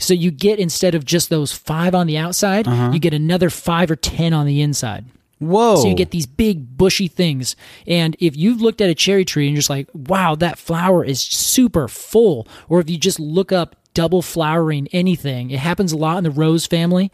B: So you get instead of just those five on the outside, you get another five or ten on the inside.
A: Whoa.
B: So you get these big bushy things. And if you've looked at a cherry tree and you're just like, wow, that flower is super full, or if you just look up double flowering anything, it happens a lot in the rose family,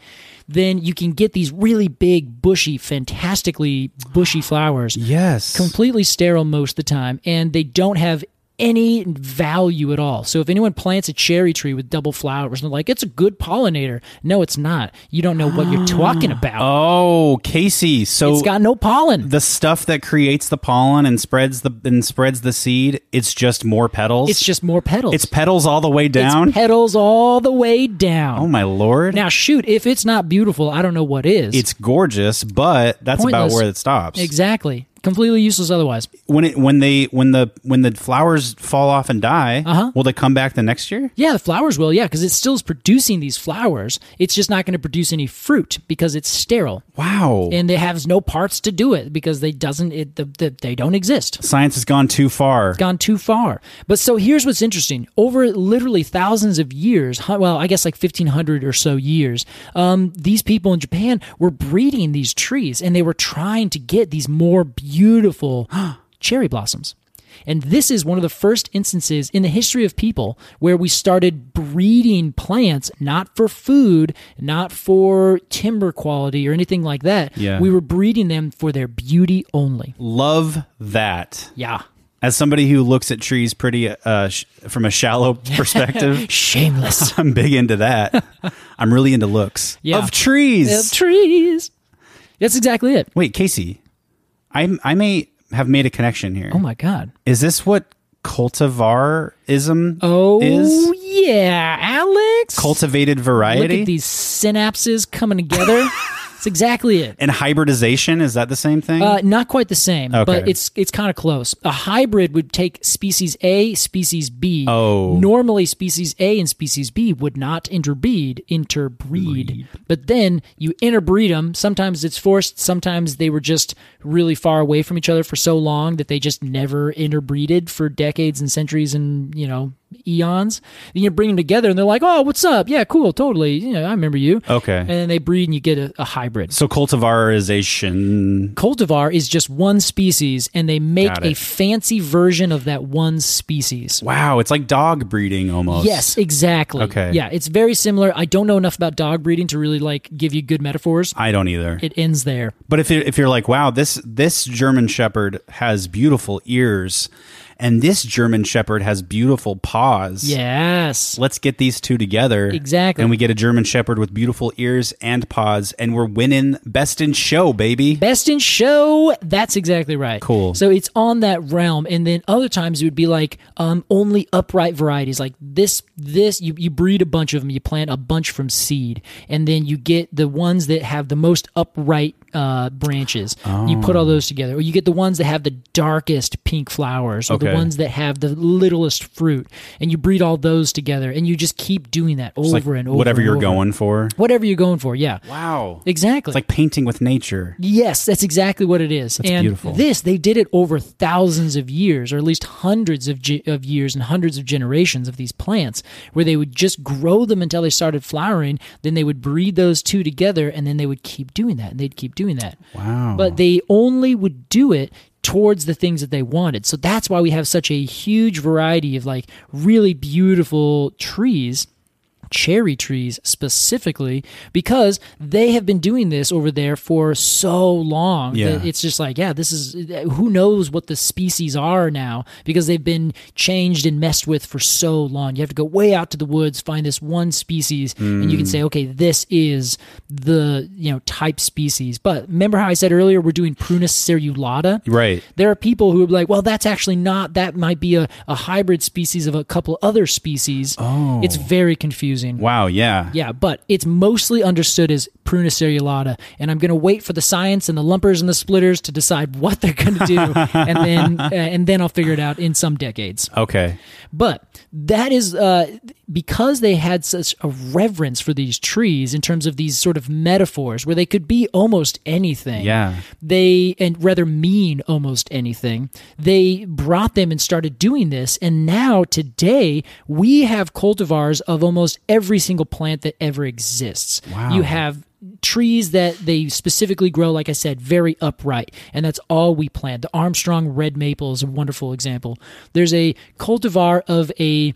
B: then you can get these really big, bushy, fantastically bushy flowers.
A: yes.
B: Completely sterile most of the time, and they don't have any value at all. So if anyone plants a cherry tree with double flowers and they're like, it's a good pollinator. No, it's not. You don't know what you're talking about.
A: oh, Casey. So
B: it's got no pollen.
A: the stuff that creates the pollen and spreads the and spreads the seed, it's just more petals.
B: It's just more petals.
A: it's petals all the way down.
B: It's petals all the way down.
A: oh my lord.
B: Now, shoot, if it's not beautiful, I don't know what is.
A: it's gorgeous, but that's about
B: Pointless.
A: where it stops.
B: exactly completely useless otherwise.
A: When it when they when the when the flowers fall off and die, uh-huh. will they come back the next year?
B: Yeah, the flowers will. Yeah, because it still is producing these flowers. It's just not going to produce any fruit because it's sterile
A: Wow.
B: and it has no parts to do it because they doesn't. It the, the, they don't exist.
A: Science has gone too far.
B: gone too far. But so here's what's interesting: over literally thousands of years, hu- well, I guess like 1,500 or so years, um, these people in Japan were breeding these trees, and they were trying to get these more beautiful cherry blossoms. And this is one of the first instances in the history of people where we started breeding plants not for food, not for timber quality or anything like that.
A: Yeah.
B: We were breeding them for their beauty only.
A: Love that.
B: Yeah.
A: As somebody who looks at trees pretty uh, sh- from a
B: *laughs*
A: shallow perspective, *laughs*
B: Shameless.
A: I'm big into that. I'm really into looks
B: Yeah.
A: of trees.
B: of trees. That's exactly it.
A: Wait, Casey, I I may have made a connection here. Is
B: Oh my god.
A: this what cultivarism
B: Oh
A: is?
B: yeah, Alex.
A: Cultivated
B: Look
A: variety
B: at these synapses coming *laughs* together. That's exactly it.
A: and hybridization is that the same thing?
B: Uh, not quite the same,
A: Okay.
B: but it's it's kind of close. A hybrid would take species A, species B.
A: Oh.
B: normally species A and species B would not interbreed, interbreed. But then you interbreed them. Sometimes it's forced. Sometimes they were just really far away from each other for so long that they just never interbreeded for decades and centuries and you know eons. Then you bring them together, and they're like, "Oh, what's up? Yeah, cool, totally. You know, I remember you."
A: Okay.
B: and then they breed, and you get a, a hybrid
A: so cultivarization.
B: cultivar is just one species and they make
A: Got
B: a
A: it.
B: fancy version of that one species.
A: Wow, it's like dog breeding almost.
B: Yes, exactly.
A: Okay.
B: Yeah, it's very similar. I don't know enough about dog breeding to really like give you good metaphors.
A: I don't either.
B: It ends there.
A: But if you're, if you're like, wow, this this German Shepherd has beautiful ears, and this German Shepherd has beautiful paws.
B: Yes.
A: Let's get these two together.
B: Exactly.
A: And we get a German Shepherd with beautiful ears and paws, and we're winning best in show, baby.
B: Best in show. That's exactly right.
A: Cool.
B: So it's on that realm, and then other times it would be like um, only upright varieties. Like this, this you, you breed a bunch of them, you plant a bunch from seed, and then you get the ones that have the most upright uh, branches. You put
A: Oh.
B: all those together, or you get the ones that have the darkest pink flowers, or
A: Okay.
B: the ones that have the littlest fruit, and you breed all those together, and you just keep doing that over
A: It's like
B: and over.
A: Whatever
B: and
A: you're
B: over.
A: going for.
B: whatever you're going for, yeah.
A: Wow.
B: Exactly.
A: It's like painting with nature.
B: Yes, that's exactly what it is. and
A: beautiful.
B: this, they did it over thousands of years, or at least hundreds of, ge- of years and hundreds of generations of these plants, where they would just grow them until they started flowering. Then they would breed those two together, and then they would keep doing that, and they'd keep doing that.
A: Wow.
B: But they only would do it towards the things that they wanted. So that's why we have such a huge variety of like really beautiful trees cherry trees specifically because they have been doing this over there for so long
A: Yeah.
B: that it's just like yeah this is who knows what the species are now because they've been changed and messed with for so long you have to go way out to the woods find this one species and you can say okay this is the you know type species but remember how i said earlier we're doing prunus cerulata
A: Right.
B: there are people who are like, well, that's actually not. That might be a, a hybrid species of a couple other species. Oh. It's very confusing.
A: Wow. Yeah.
B: Yeah, but it's mostly understood as Pruna cerulata, and I'm going to wait for the science and the lumpers and the splitters to decide what they're going to do, and then uh, and then I'll figure it out in some decades.
A: Okay.
B: But that is uh, because they had such a reverence for these trees in terms of these sort of metaphors where they could be almost anything.
A: Yeah.
B: They, and rather mean almost anything, they brought them and started doing this. And now today we have cultivars of almost every single plant that ever exists.
A: Wow.
B: You have trees that they specifically grow, like I said, very upright, and that's all we plant. The Armstrong red maple is a wonderful example. There's a cultivar of a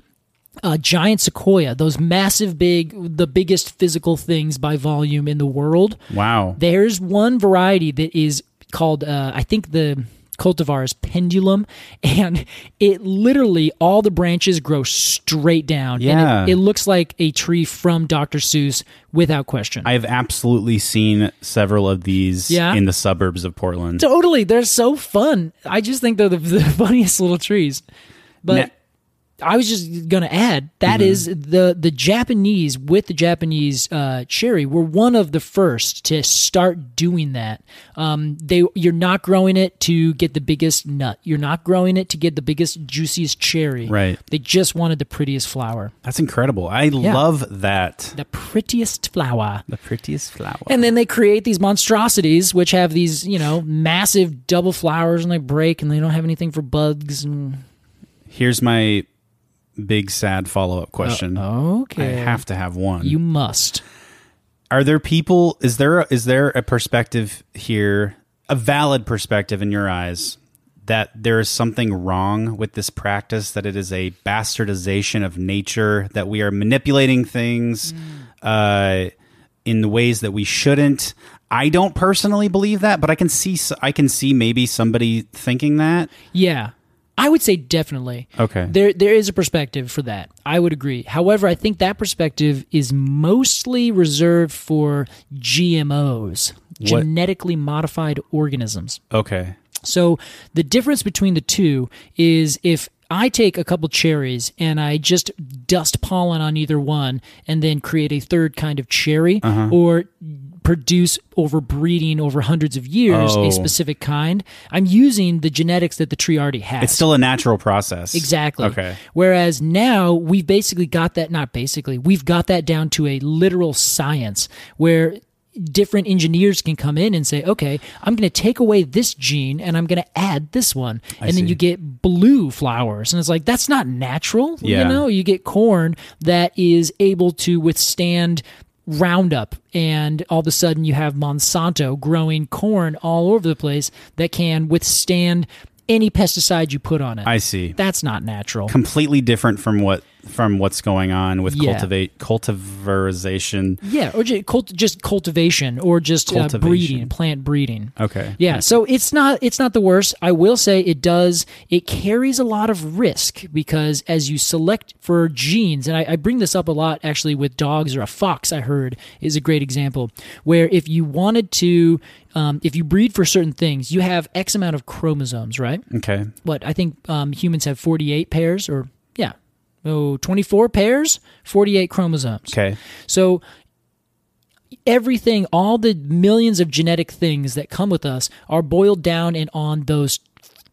B: uh, giant sequoia, those massive, big, the biggest physical things by volume in the world.
A: Wow.
B: There's one variety that is called, uh, I think the cultivar is pendulum, *laughs* and it literally all the branches grow straight down. And it-
A: Yeah.
B: it, looks like a tree from Dr. Seuss without question.
A: I have absolutely seen several of these
B: Yeah?
A: in the suburbs of Portland.
B: Totally, they're so fun. I just think they're the, *laughs* the funniest little trees. But
A: Na-
B: I was just gonna add that is the the Japanese with the Japanese uh, cherry were one of the first to start doing that. Um, they you're not growing it to get the biggest nut. You're not growing it to get the biggest juiciest cherry.
A: Right.
B: They just wanted the prettiest flower.
A: That's incredible. I love that.
B: The prettiest flower.
A: The prettiest flower.
B: And then they create these monstrosities, which have these, you know, massive double flowers, and they break, and they don't have anything for bugs. And
A: Here's my big sad follow up question. I
B: okay,
A: have to have one.
B: you must.
A: Are there people? Is there is there a perspective here, a valid perspective in your eyes, that there is something wrong with this practice? That it is a bastardization of nature. That we are manipulating things uh, in the ways that we shouldn't. I don't personally believe that, but I can see s- I can see maybe somebody thinking that.
B: Yeah, I would say definitely.
A: Okay.
B: there there is a perspective for that. I would agree. However, I think that perspective is mostly reserved for GMOs, genetically modified organisms.
A: Okay.
B: So the difference between the two is if I take a couple cherries and I just dust pollen on either one and then create a third kind of cherry
A: Uh-huh.
B: or produce over breeding over hundreds of years
A: Oh.
B: a specific kind, I'm using the genetics that the tree already has.
A: It's still a natural process.
B: Exactly.
A: Okay.
B: Whereas now we've basically got that, not basically, we've got that down to a literal science where different engineers can come in and say, okay, I'm going to take away this gene and I'm going to add this one. and then you get blue flowers. And it's like, that's not natural.
A: Yeah.
B: You know, you get corn that is able to withstand. Roundup, and all of a sudden you have Monsanto growing corn all over the place that can withstand any pesticide you put on it
A: I see.
B: that's not natural.
A: completely different from what from what's going on with
B: Yeah.
A: cultivate cultivarization.
B: Yeah, or just, cult, just cultivation, or just uh,
A: Cultivation.
B: breeding, plant breeding.
A: Okay.
B: Yeah, so it's not it's not the worst. I will say it does it carries a lot of risk because as you select for genes, and I, I bring this up a lot actually with dogs or a fox. I heard is a great example where if you wanted to, um, if you breed for certain things, you have X amount of chromosomes, right?
A: Okay.
B: what I think um, humans have 48 pairs or yeah, oh, 24 pairs, 48 chromosomes.
A: Okay.
B: So everything, all the millions of genetic things that come with us are boiled down and on those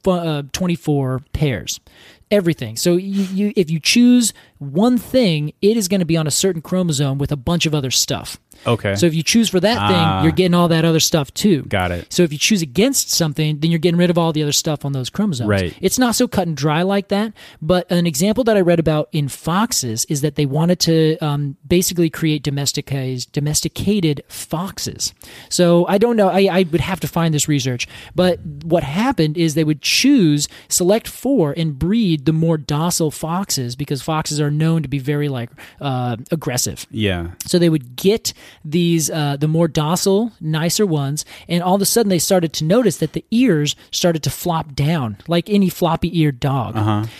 B: fu- uh, 24 pairs. Everything. So you, you, if you choose one thing, it is going to be on a certain chromosome with a bunch of other stuff.
A: Okay.
B: So if you choose for that
A: Ah.
B: thing, you're getting all that other stuff too.
A: Got it.
B: So if you choose against something, then you're getting rid of all the other stuff on those chromosomes.
A: Right.
B: It's not so cut and dry like that. But an example that I read about in foxes is that they wanted to um, basically create domesticated domesticated foxes. So I don't know. I, I would have to find this research. But what happened is they would choose, select for, and breed the more docile foxes because foxes are known to be very like uh, aggressive.
A: yeah.
B: So they would get these uh, the more docile, nicer ones, and all of a sudden they started to notice that the ears started to flop down, like any floppy eared dog.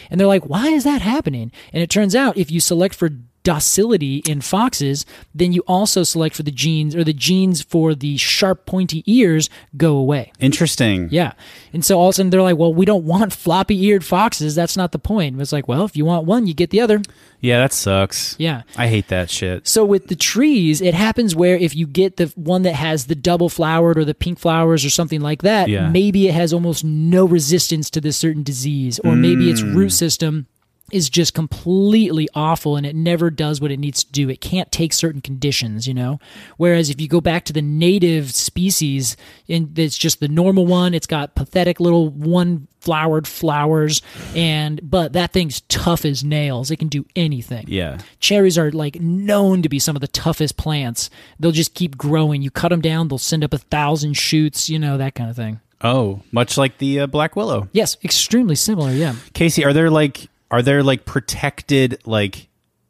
B: And they're like, "Why is that happening?" And it turns out if you select for docility in foxes, then you also select for the genes or the genes for the sharp, pointy ears go away.
A: Interesting.
B: Yeah. And so all of a sudden they're like, well, we don't want floppy eared foxes. That's not the point. It's like, well, if you want one, you get the other.
A: Yeah, that sucks.
B: Yeah.
A: I hate that shit.
B: So with the trees, it happens where if you get the one that has the double flowered or the pink flowers or something like that,
A: Yeah.
B: maybe it has almost no resistance to this certain disease, or maybe its root system is just completely awful and it never does what it needs to do. It can't take certain conditions, you know. Whereas if you go back to the native species and it's just the normal one, it's got pathetic little one flowered flowers and but that thing's tough as nails. It can do anything
A: Yeah.
B: cherries are like known to be some of the toughest plants. They'll just keep growing. You cut them down, they'll send up a thousand shoots, you know, that kind of thing.
A: Oh, much like the uh, black willow.
B: Yes, extremely similar, yeah.
A: Casey, are there like are there like protected like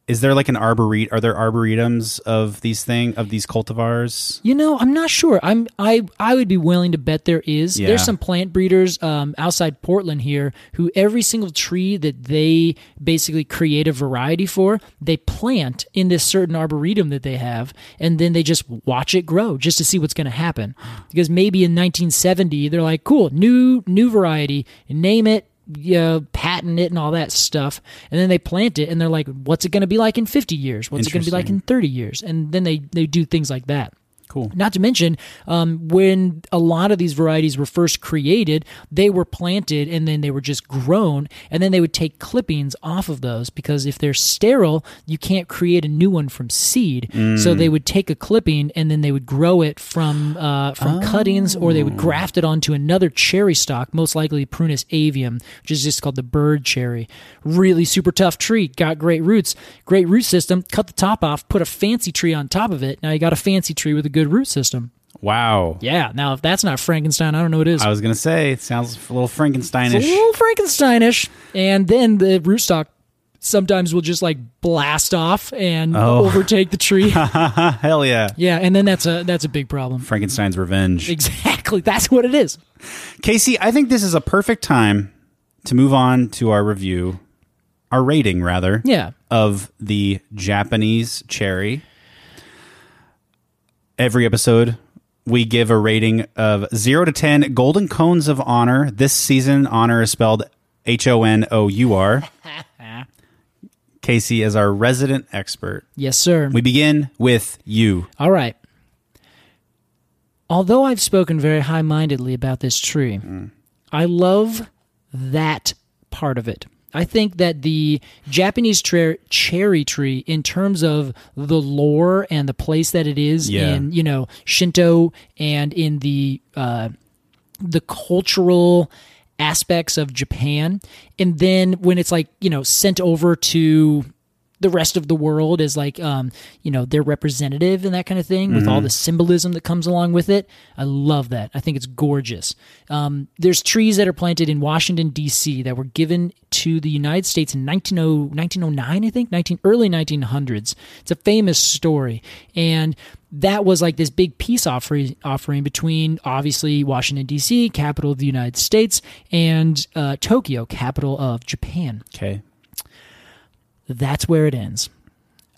A: is there like an arboret are there arboretums of these thing of these cultivars?
B: You know, I'm not sure. I'm I I would be willing to bet there is.
A: Yeah.
B: There's some plant breeders um, outside Portland here who every single tree that they basically create a variety for, they plant in this certain arboretum that they have, and then they just watch it grow just to see what's going to happen. Because maybe in 1970 they're like, cool, new new variety, name it. Yeah, patent it and all that stuff, and then they plant it, and they're like, "What's it going to be like in 50 years? What's it going to be like in 30 years?" And then they they do things like that.
A: Cool.
B: Not to mention, um, when a lot of these varieties were first created, they were planted and then they were just grown, and then they would take clippings off of those because if they're sterile, you can't create a new one from seed. So they would take a clipping and then they would grow it from uh, from cuttings, or they
A: Oh.
B: would graft it onto another cherry stock, most likely Prunus avium, which is just called the bird cherry. Really super tough tree, got great roots, great root system. Cut the top off, put a fancy tree on top of it. Now you got a fancy tree with a good root system.
A: Wow.
B: Yeah. Now if that's not Frankenstein, I don't know what is.
A: I was gonna say it sounds a little
B: It's a
A: Frankensteinish.
B: little Frankensteinish, and then the rootstock sometimes will just like blast off and
A: Oh.
B: overtake
A: *laughs*
B: the tree.
A: Hell yeah.
B: yeah, and then that's a that's a big problem.
A: Frankenstein's revenge.
B: Exactly. That's what it is.
A: Casey, I think this is a perfect time to move on to our review, our rating rather,
B: Yeah.
A: of the Japanese cherry. Every episode, we give a rating of zero to 10 golden cones of honor. This season, honor is spelled H O N O U R. Casey is our resident expert.
B: Yes, sir.
A: We begin with you.
B: All right. Although I've spoken very high mindedly about this tree, I love that part of it. I think that the Japanese tre- cherry tree, in terms of the lore and the place that it is
A: Yeah.
B: in, you know, Shinto and in the uh, the cultural aspects of Japan, and then when it's like you know sent over to the rest of the world as like um, you know their representative and that kind of thing with all the symbolism that comes along with it. I love that. I think it's gorgeous. Um, there's trees that are planted in Washington D.C. that were given to the United States in oh, 1900, 1909, I think, 19 early 1900s. It's a famous story, and that was like this big peace offering, offering between obviously Washington D.C., capital of the United States, and uh, Tokyo, capital of Japan
A: Okay.
B: that's where it ends.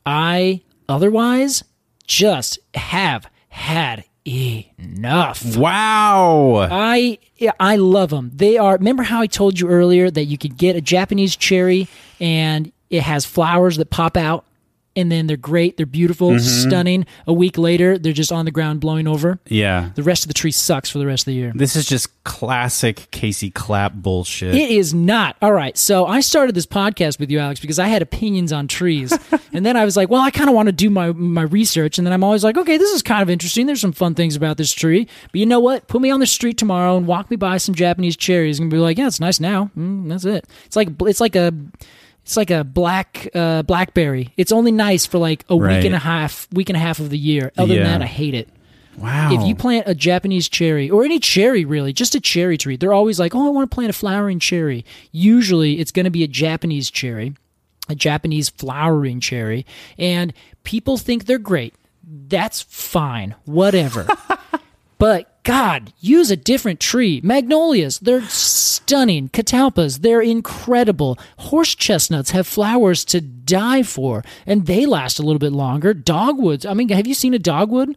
B: I otherwise just have had enough. Uh,
A: Wow.
B: I yeah, I love them. They are. Remember how I told you earlier that you could get a Japanese cherry and it has flowers that pop out, and then they're great. They're beautiful, stunning. A week later, they're just on the ground blowing over.
A: Yeah.
B: The rest of the tree sucks for the rest of the year.
A: This is just classic Casey Clapp bullshit.
B: It is not. All right. So I started this podcast with you, Alex, because I had opinions on
A: *laughs*
B: trees. and then I was like, well, I kind of want to do my, my research. And then I'm always like, okay, this is kind of interesting. There's some fun things about this tree. But you know what? Put me on the street tomorrow and walk me by some Japanese cherries and be like, yeah, it's nice now. Mm, that's it. It's like, it's like a. It's like a black uh, blackberry. It's only nice for like a
A: Right.
B: week and a half, week and a half of the year. Other
A: Yeah.
B: than that, I hate it.
A: wow.
B: If you plant a Japanese cherry or any cherry really, just a cherry tree, they're always like, "Oh, I want to plant a flowering cherry." Usually, it's going to be a Japanese cherry, a Japanese flowering cherry, and people think they're great. That's fine, whatever. but God, use a different tree. Magnolias, they're stunning. Catalpas, they're incredible. Horse chestnuts have flowers to die for, and they last a little bit longer. Dogwoods, I mean, have you seen a dogwood?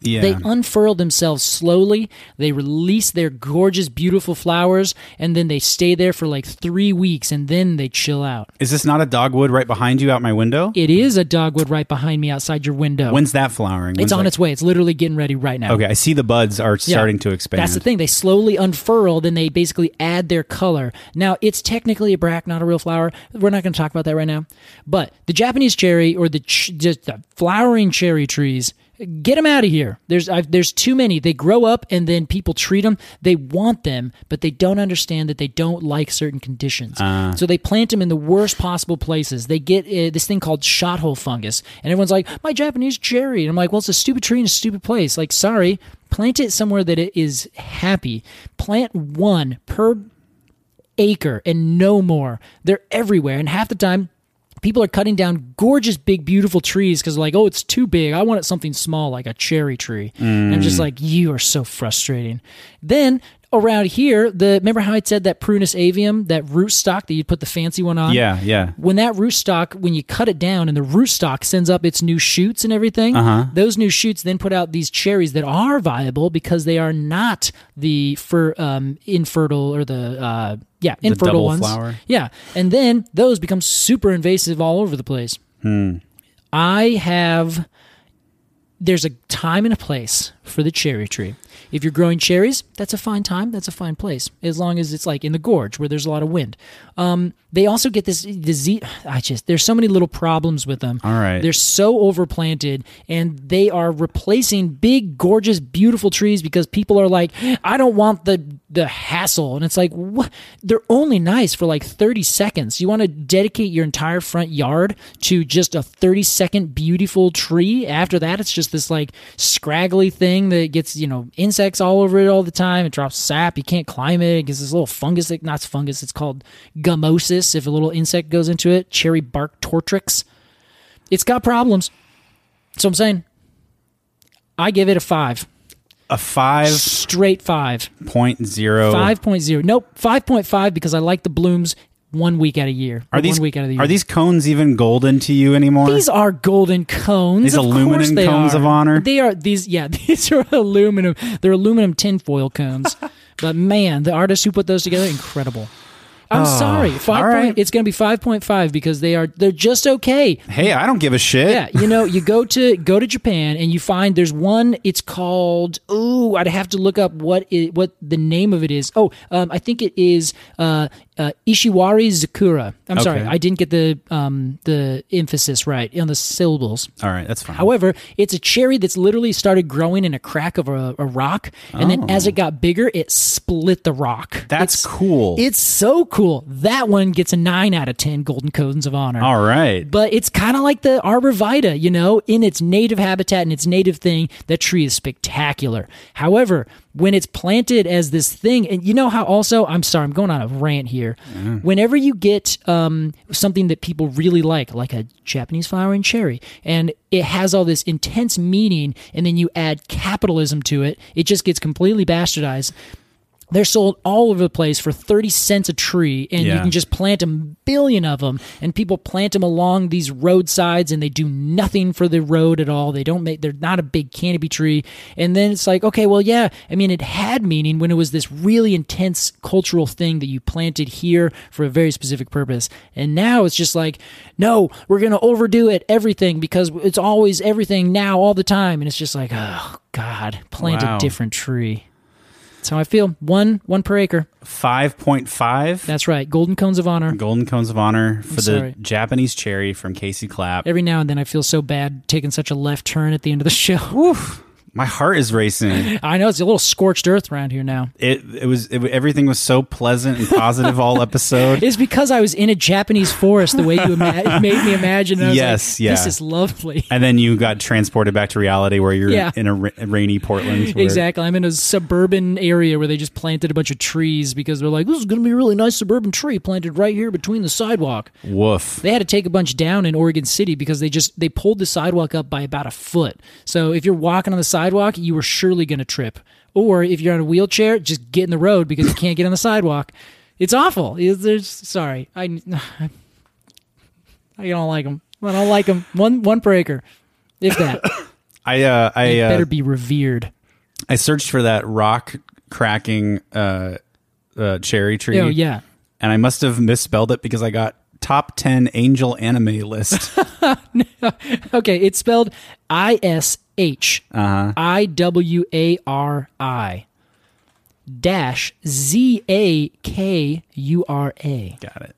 A: Yeah.
B: They unfurl themselves slowly. They release their gorgeous, beautiful flowers, and then they stay there for like three weeks, and then they chill out.
A: Is this not a dogwood right behind you out my window?
B: It is a dogwood right behind me outside your window.
A: When's that flowering? When's
B: it's on
A: that-
B: its way. It's literally getting ready right now.
A: Okay, I see the buds are
B: Yeah.
A: starting to expand.
B: That's the thing. They slowly unfurl, then they basically add their color. Now, it's technically a bract, not a real flower. We're not going to talk about that right now. But the Japanese cherry or the ch- just the flowering cherry trees, get them out of here. There's I've, there's too many. They grow up and then people treat them. They want them, but they don't understand that they don't like certain conditions. so they plant them in the worst possible places. They get uh, this thing called shot hole fungus, and everyone's like, "My Japanese cherry," and I'm like, "Well, it's a stupid tree in a stupid place." Like, sorry plant it somewhere that it is happy plant one per acre and no more they're everywhere and half the time people are cutting down gorgeous big beautiful trees because like oh it's too big i want it something small like a cherry tree and i'm just like you are so frustrating then around here the remember how i said that prunus avium that rootstock that you'd put the fancy one on
A: Yeah, yeah.
B: when that rootstock, when you cut it down and the rootstock sends up its new shoots and everything,
A: Uh-huh.
B: those new shoots then put out these cherries that are viable because they are not the fer, um, infertile or the uh, yeah infertile
A: double
B: ones.
A: flower?
B: Yeah, and then those become super invasive all over the place.
A: Hmm.
B: I have there's a time and a place for the cherry tree. If you're growing cherries, that's a fine time. That's a fine place, as long as it's like in the gorge where there's a lot of wind. Um, they also get this disease. I just there's so many little problems with them.
A: All right.
B: they're so overplanted, and they are replacing big, gorgeous, beautiful trees because people are like, I don't want the the hassle, and it's like, what? They're only nice for like 30 seconds. You want to dedicate your entire front yard to just a 30 second beautiful tree. After that, it's just this like scraggly thing that gets, you know, insects all over it all the time. It drops sap. You can't climb it. It gets this little fungus, that, not fungus, it's called gummosis. If a little insect goes into it, cherry bark tortrix. It's got problems. So I'm saying, I give it a five,
A: a five
B: straight five.
A: point zero.
B: 5.0. Nope, 5.5 because I like the blooms one week out of year.
A: Are
B: or
A: these
B: one week out of the year?
A: are these cones even golden to you anymore?
B: These are golden cones.
A: These
B: of course
A: aluminum
B: they
A: cones
B: are.
A: of honor?
B: They are these. Yeah, *laughs* these are aluminum. They're aluminum tinfoil
A: *laughs*
B: cones. but man, the artists who put those together, incredible. I'm
A: Ah,
B: sorry. Five
A: all right.
B: point, It's going to be 5.5 because they are. They're just okay.
A: hey, I don't give a shit.
B: Yeah, you know, you go to go to Japan and you find there's one. It's called. Ooh, I'd have to look up what it, what the name of it is. Oh, um, I think it is uh, uh, Ishiwari Zakura. I'm sorry,
A: Okay.
B: I didn't get the um, the emphasis right on the syllables.
A: All right, that's fine.
B: However, it's a cherry that's literally started growing in a crack of a, a rock, and then as it got bigger, it split the rock.
A: Oh. That's
B: It's-
A: cool.
B: It's so cool. That one gets a nine out of ten golden cones of honor.
A: All right.
B: But it's kind of like the arborvita, you know, in its native habitat and its native thing. That tree is spectacular. However, when it's planted as this thing, and you know how also, I'm sorry, I'm going on a rant here. Whenever you get um, something that people really like, like a Japanese flowering cherry, and it has all this intense meaning, and then you add capitalism to it, it just gets completely bastardized. They're sold all over the place for 30 cents a tree, and you
A: Yeah.
B: can just plant a billion of them. And people plant them along these roadsides, and they do nothing for the road at all. They don't make, they're not a big canopy tree. And then it's like, okay, well, yeah, I mean, it had meaning when it was this really intense cultural thing that you planted here for a very specific purpose. And now it's just like, no, we're going to overdo it, everything, because it's always everything now, all the time. And it's just like, oh, God, plant
A: Wow.
B: a different tree. That's how I feel. One one per acre.
A: Five point five.
B: That's right. Golden cones of honor.
A: Golden cones of honor for the
B: sorry.
A: Japanese cherry from Casey Clapp.
B: Every now and then I feel so bad taking such a left turn at the end of
A: *laughs*
B: the show.
A: My heart is racing.
B: I know it's a little scorched earth around here now.
A: It it was it, everything was so pleasant and positive
B: *laughs*
A: all episode.
B: It's because I was in a Japanese forest the way you ima- *laughs* made me imagine. And I was
A: Yes,
B: like, This
A: yeah. *laughs*
B: is lovely.
A: and then you got transported back to reality where you're
B: Yeah.
A: in a ra- rainy Portland. where-
B: Exactly. I'm in a suburban area where they just planted a bunch of trees because they're like, this is going to be a really nice suburban tree planted right here between the sidewalk.
A: Woof.
B: They had to take a bunch down in Oregon City because they just they pulled the sidewalk up by about a foot. So if you're walking on the sidewalk, you were surely going to trip. Or if you're on a wheelchair, just get in the road because you can't get on the sidewalk. It's awful. It's- There's sorry, I *sighs* I don't like them. I don't like them. One one breaker, if that.
A: I uh, I
B: They
A: uh,
B: better be revered.
A: I searched for that rock cracking uh, uh, cherry tree.
B: Oh yeah.
A: and I must have misspelled it because I got top ten angel anime
B: *laughs*
A: list.
B: Okay, it's spelled I S H
A: Uh-huh.
B: I W A R I dash Z A K U R A.
A: got it.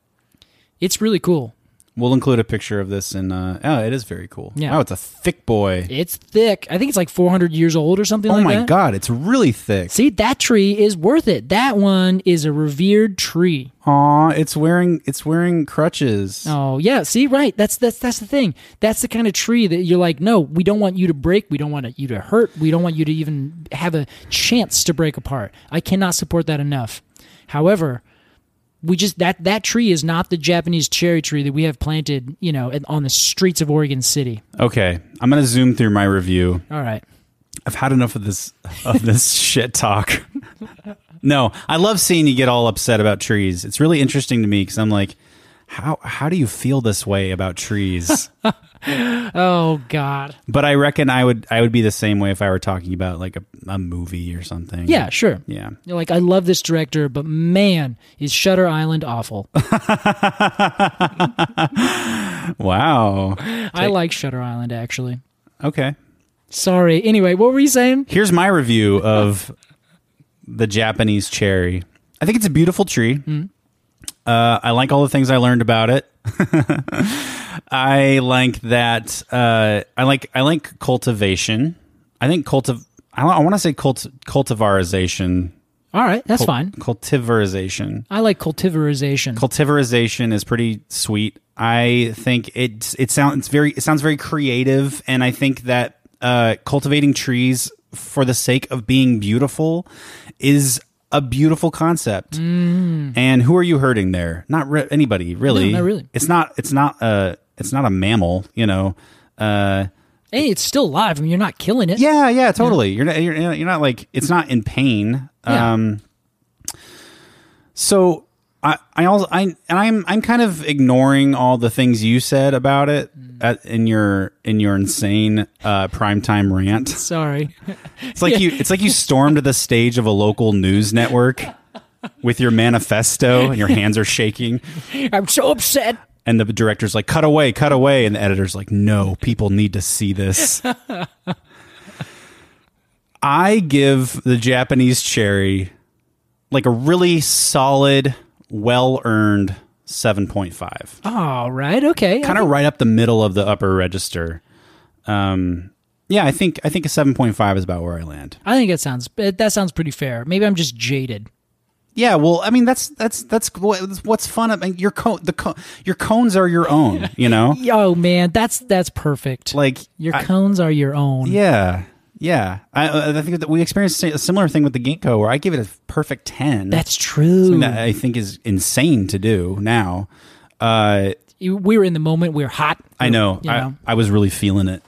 B: It's really cool.
A: We'll include a picture of this in. Uh, oh, it is very cool.
B: Yeah.
A: Oh, it's a thick boy.
B: It's thick. I think it's like 400 years old or something
A: oh
B: like
A: my
B: that.
A: god, it's really thick.
B: See, that tree is worth it. That one is a revered tree.
A: Aw, it's wearing it's wearing crutches.
B: Oh yeah, see, right. That's that's that's the thing. That's the kind of tree that you're like, no, we don't want you to break. We don't want you to hurt. We don't want you to even have a chance to break apart. I cannot support that enough. However, we just that that tree is not the Japanese cherry tree that we have planted, you know, in- on the streets of Oregon City.
A: Okay, I'm gonna zoom through my review.
B: All right.
A: I've had enough of this of this shit talk. no, I love seeing you get all upset about trees. It's really interesting to me because I'm like, how how do you feel this way about trees?
B: Oh God.
A: but I reckon I would I would be the same way if I were talking about like a, a movie or something.
B: Yeah, sure.
A: yeah.
B: You're like, I love this director, but man, is Shutter Island *laughs* awful.
A: Wow.
B: I like Shutter Island actually.
A: Okay.
B: Sorry. Anyway, what were you saying?
A: Here's my review of the Japanese cherry. I think it's a beautiful tree. Uh, I like all the things I learned about it. *laughs* I like that. Uh, I like I like cultivation. I think cultiv. I, want to say cult cultivarization.
B: All right, that's
A: Cul-
B: fine.
A: Cultivarization.
B: I like cultivarization.
A: Cultivarization is pretty sweet. I think it's it sounds very it sounds very creative, and I think that uh, cultivating trees for the sake of being beautiful is a beautiful concept. And who are you hurting there? Not re- anybody, really.
B: Mm. No, not really.
A: It's not. It's not a. It's not a mammal. You know. Uh,
B: hey, it's still alive. I mean, you're not killing it.
A: yeah, yeah, totally. You're not, you're, you're not like it's not in pain.
B: Yeah.
A: Um, so I I also I and I'm I'm kind of ignoring all the things you said about it at, in your in your insane uh, primetime
B: *laughs*
A: rant. *laughs*
B: Sorry.
A: It's like you it's like you stormed the stage of a local news network with your manifesto and your hands are shaking
B: I'm so upset.
A: and the director's like cut away cut away and the editor's like no people need to see this i give the japanese cherry like a really solid well-earned 7.5
B: All right. Okay.
A: kind of right up the middle of the upper register um yeah i think i think a 7.5 is about where i land
B: I think that sounds eh, that sounds pretty fair. Maybe I'm just jaded.
A: yeah well i mean that's that's that's what- what's fun I mean, your cone the co- your cones are your own you know
B: Oh man, that's that's perfect.
A: like
B: your
A: I-
B: cones are your own.
A: Yeah. Yeah. I, uh, I think that we experienced a similar thing with the Ginkgo where I give it a perfect 10.
B: That's true.
A: something that I think is insane to do now. Uh,
B: You- we were in the moment. We were hot.
A: I know.
B: You know.
A: I, I was really feeling it.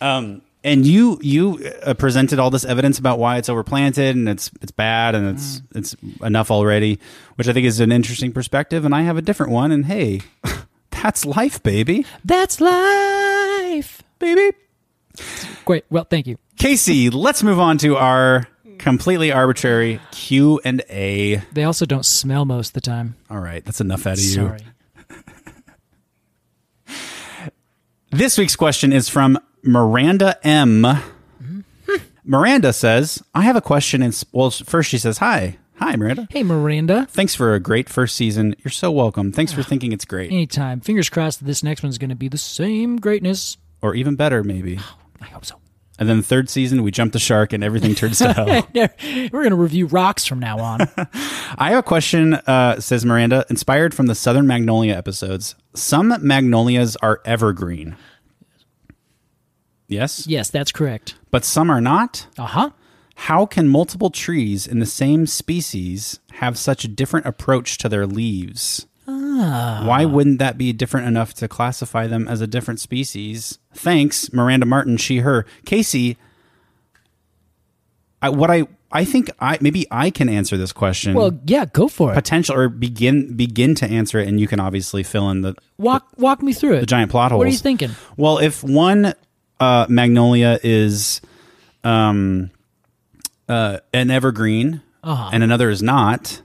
A: Um, and you you uh, presented all this evidence about why it's overplanted and it's it's bad and it's
B: Mm.
A: it's enough already, which I think is an interesting perspective. And I have a different one. And hey, *laughs* that's life, baby,
B: That's life.
A: baby.
B: Great. Well, thank you.
A: Casey, let's move on to our completely arbitrary Q and A.
B: They also don't smell most of the time.
A: All right, that's enough out of you.
B: Sorry.
A: This week's question is from Miranda M. Miranda says, "I have a question." And well, first she says, "Hi, hi, Miranda.
B: Hey, Miranda.
A: Thanks for a great first season. You're so welcome. Thanks for thinking it's great,
B: Anytime. Fingers crossed that this next one's going to be the same greatness.
A: or even better, maybe."
B: I hope so.
A: And then third season, we jumped the shark and everything turns to hell.
B: We're going to review rocks from now on.
A: I have a question, uh, says Miranda, inspired from the Southern Magnolia episodes. Some magnolias are evergreen. Yes?
B: yes, that's correct.
A: But some are not?
B: Uh huh.
A: How can multiple trees in the same species have such a different approach to their leaves? Why wouldn't that be different enough to classify them as a different species? Thanks, Miranda Martin, she, her. Casey, I, what I I think I maybe I can answer this question.
B: Well, yeah, go for it.
A: potential or begin begin to answer it, and you can obviously fill in the
B: Walk walk me through it.
A: the giant plot holes.
B: What are you thinking?
A: Well, if one uh, magnolia is um, uh, an evergreen
B: Uh-huh.
A: and another is not,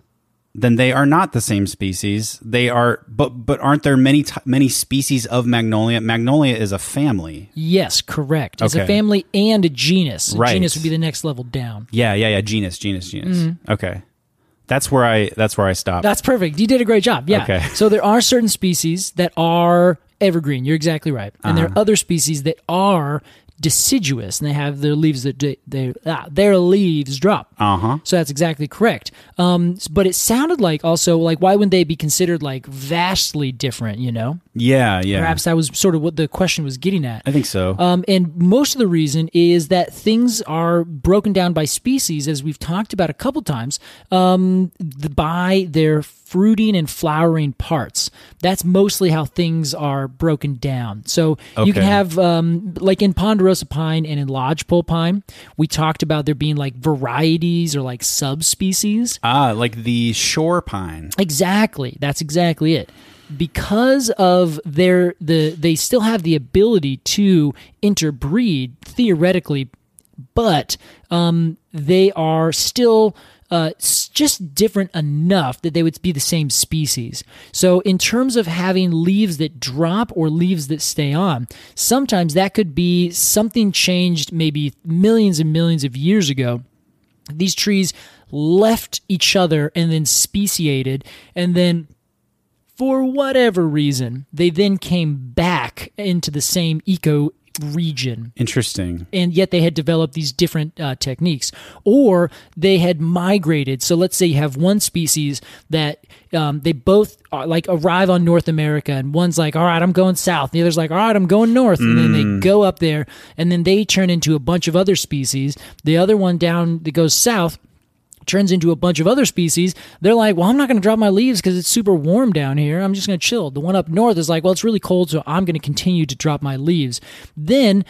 A: then they are not the same species. They are, but but aren't there many t- many species of magnolia? Magnolia is a family.
B: Yes, correct. It's a
A: Okay.
B: family and a genus. A
A: Right.
B: genus would be the next level down.
A: Yeah, yeah, yeah. Genus, genus, genus. Okay, that's where I that's where I stop.
B: Mm-hmm. That's perfect. You did a great job. Yeah.
A: Okay. *laughs*
B: So there are certain species that are evergreen. You're exactly right. And
A: Uh-huh.
B: there are other species that are deciduous and they have their leaves that they, they ah, their leaves drop. Uh-huh. So that's exactly correct. Um s- but it sounded like also like why wouldn't they be considered like vastly different, you know?
A: yeah, yeah.
B: Perhaps that was sort of what the question was getting at.
A: I think so.
B: Um, and most of the reason is that things are broken down by species, as we've talked about a couple times, um, the, by their fruiting and flowering parts. That's mostly how things are broken down. So you can
A: Okay.
B: have, um, like in ponderosa pine and in lodgepole pine, we talked about there being like varieties or like subspecies.
A: ah, like the shore pine.
B: Exactly. That's exactly it. Because of their the they still have the ability to interbreed theoretically, but um, they are still uh, s- just different enough that they would be the same species. So in terms of having leaves that drop or leaves that stay on, sometimes that could be something changed maybe millions and millions of years ago these trees left each other and then speciated and then for whatever reason they then came back into the same eco region
A: Interesting.
B: and yet they had developed these different uh, techniques or they had migrated so let's say you have one species that um, they both uh, like arrive on north america and one's like all right i'm going south the other's like all right i'm going north and then they go up there and then they turn into a bunch of other species the other one down that goes south turns into a bunch of other species they're like well i'm not going to drop my leaves because it's super warm down here i'm just going to chill the one up north is like well it's really cold so i'm going to continue to drop my leaves then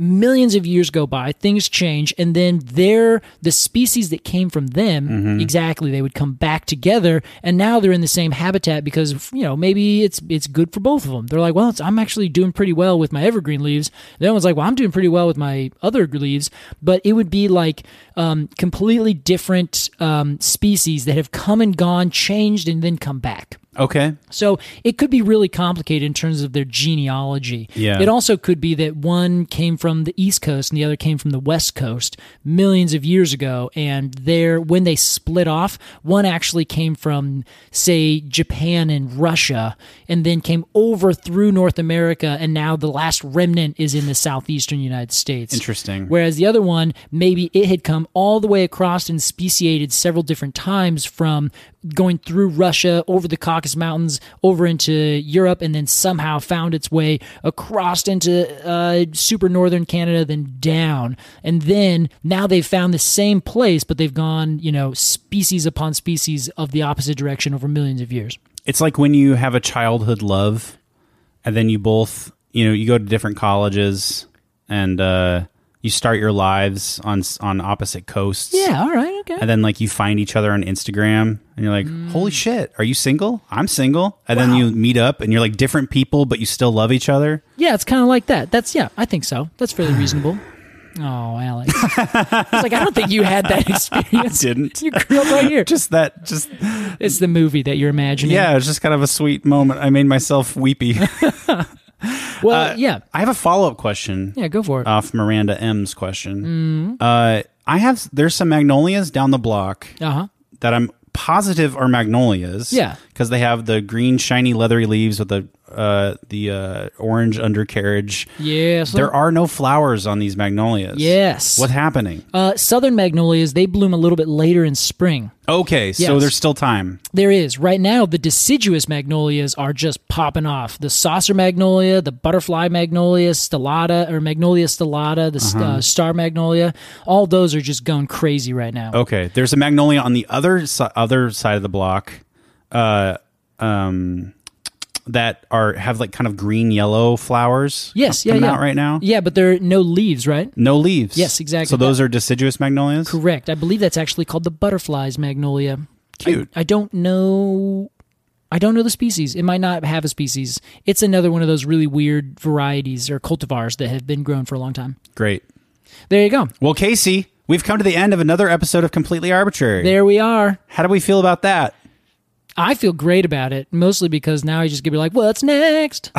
B: millions of years go by things change and then they're the species that came from them exactly they would come back together and now they're in the same habitat because you know maybe it's it's good for both of them they're like well it's, i'm actually doing pretty well with my evergreen leaves the other one's like well i'm doing pretty well with my other leaves but it would be like um, completely different um, species that have come and gone changed and then come back
A: Okay.
B: so it could be really complicated in terms of their genealogy.
A: Yeah.
B: It also could be that one came from the East Coast and the other came from the West Coast millions of years ago, and there when they split off, one actually came from say Japan and Russia, and then came over through North America, and now the last remnant is in the southeastern United States.
A: Interesting.
B: Whereas the other one, maybe it had come all the way across and speciated several different times from going through Russia, over the Caucasus Mountains, over into Europe, and then somehow found its way across into uh, super northern Canada, then down. And then now they've found the same place, but they've gone, you know, species upon species of the opposite direction over millions of years.
A: it's like when you have a childhood love and then you both you know you go to different colleges and uh you start your lives on s- on opposite coasts
B: Yeah, all right, okay.
A: and then like you find each other on instagram and you're like
B: Mm.
A: holy shit are you single i'm single and then you meet up and you're like different people but you still love each other
B: Yeah, it's kind of like that. That's yeah, I think so. That's fairly
A: *sighs*
B: reasonable. Oh, Alex. I was like, I don't think you had
A: *laughs*
B: that experience.
A: didn't.
B: You grew up right here.
A: just that just
B: it's the movie that you're imagining.
A: yeah it was just kind of a sweet moment i made myself weepy
B: *laughs*
A: uh,
B: Well, yeah.
A: i have a follow-up question
B: Yeah, Mm-hmm. go for it.
A: off miranda m's question uh i have there's some magnolias down the block
B: Uh huh.
A: that I'm positive are magnolias.
B: Yeah.
A: because they have the green, shiny, leathery leaves with the uh, the uh, orange undercarriage.
B: Yes.
A: There are no flowers on these magnolias.
B: Yes.
A: what's happening?
B: uh, southern magnolias, they bloom a little bit later in spring.
A: Okay, so
B: Yes.
A: there's still time.
B: There is. Right now, the deciduous magnolias are just popping off. The saucer magnolia, the butterfly magnolia, stellata, or magnolia stellata,
A: Uh-huh.
B: the st- uh, star magnolia, all those are just going crazy right now.
A: Okay, there's a magnolia on the other si- other side of the block. Uh, um, that are have like kind of green yellow flowers.
B: Yes, yeah,
A: coming
B: yeah.
A: out right now.
B: Yeah, but there are no leaves, right?
A: No leaves.
B: Yes, exactly.
A: So those are deciduous magnolias.
B: Correct. I believe that's actually called the butterflies magnolia.
A: Cute.
B: I don't know. I don't know the species. It might not have a species. It's another one of those really weird varieties or cultivars that have been grown for a long time.
A: Great.
B: There you go.
A: Well, Casey, we've come to the end of another episode of Completely Arbitrary.
B: There we are.
A: How do we feel about that?
B: I feel great about it, mostly because now I just could be like,
A: *laughs*
B: what's next?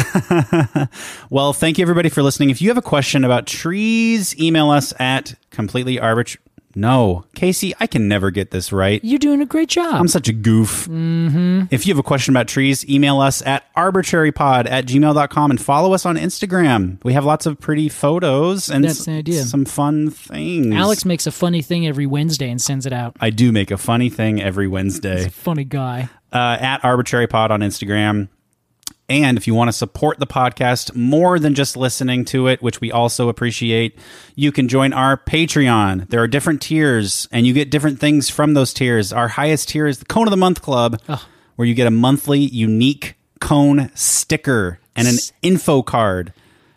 A: Well, thank you everybody for listening. If you have a question about trees, email us at completely arbitr. No, Casey, I can never get this right.
B: You're doing a great job.
A: I'm such a goof. Mm-hmm. If you have a question about trees, email us at arbitrarypod at gmail.com and follow us on Instagram. We have lots of pretty photos and
B: That's
A: s-
B: an idea.
A: some fun things.
B: Alex makes a funny thing every Wednesday and sends it out.
A: I do make a funny thing every Wednesday.
B: Funny guy.
A: uh, at Arbitrary Pod on Instagram. And if you want to support the podcast more than just listening to it, which we also appreciate, you can join our Patreon. There are different tiers, and you get different things from those tiers. Our highest tier is the Cone of the Month Club, where you get a monthly unique cone sticker and an info card.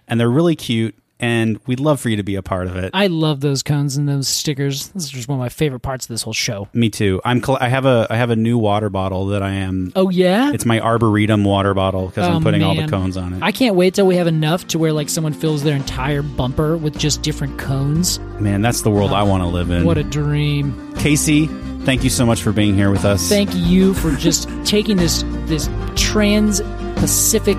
A: And they're really cute, and we'd love for you to be a part of it.
B: I love those cones and those stickers. This is just one of my favorite parts of this whole show.
A: Me too. I'm. Coll- I have a. I have a new water bottle that I am
B: Oh, yeah? *laughs*
A: It's my arboretum water bottle because I'm
B: Oh,
A: putting all the
B: man.
A: cones on it.
B: I can't wait till we have enough to where like someone fills their entire bumper with just different cones.
A: man, that's the world I want to live in.
B: What a dream.
A: Casey, thank you so much for being here with us.
B: Thank you for just taking this this trans-Pacific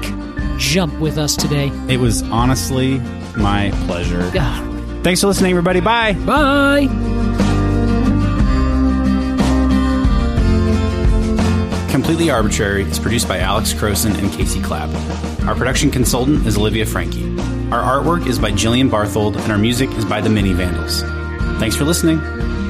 B: jump with us today.
A: it was honestly my pleasure.
B: Ah,
A: Thanks for listening, everybody. Bye.
B: Bye.
A: Completely Arbitrary is produced by Alex Croson and Casey Clapp. Our production consultant is Olivia Frankie. Our artwork is by Jillian Barthold, and our music is by The Mini Vandals. Thanks for listening.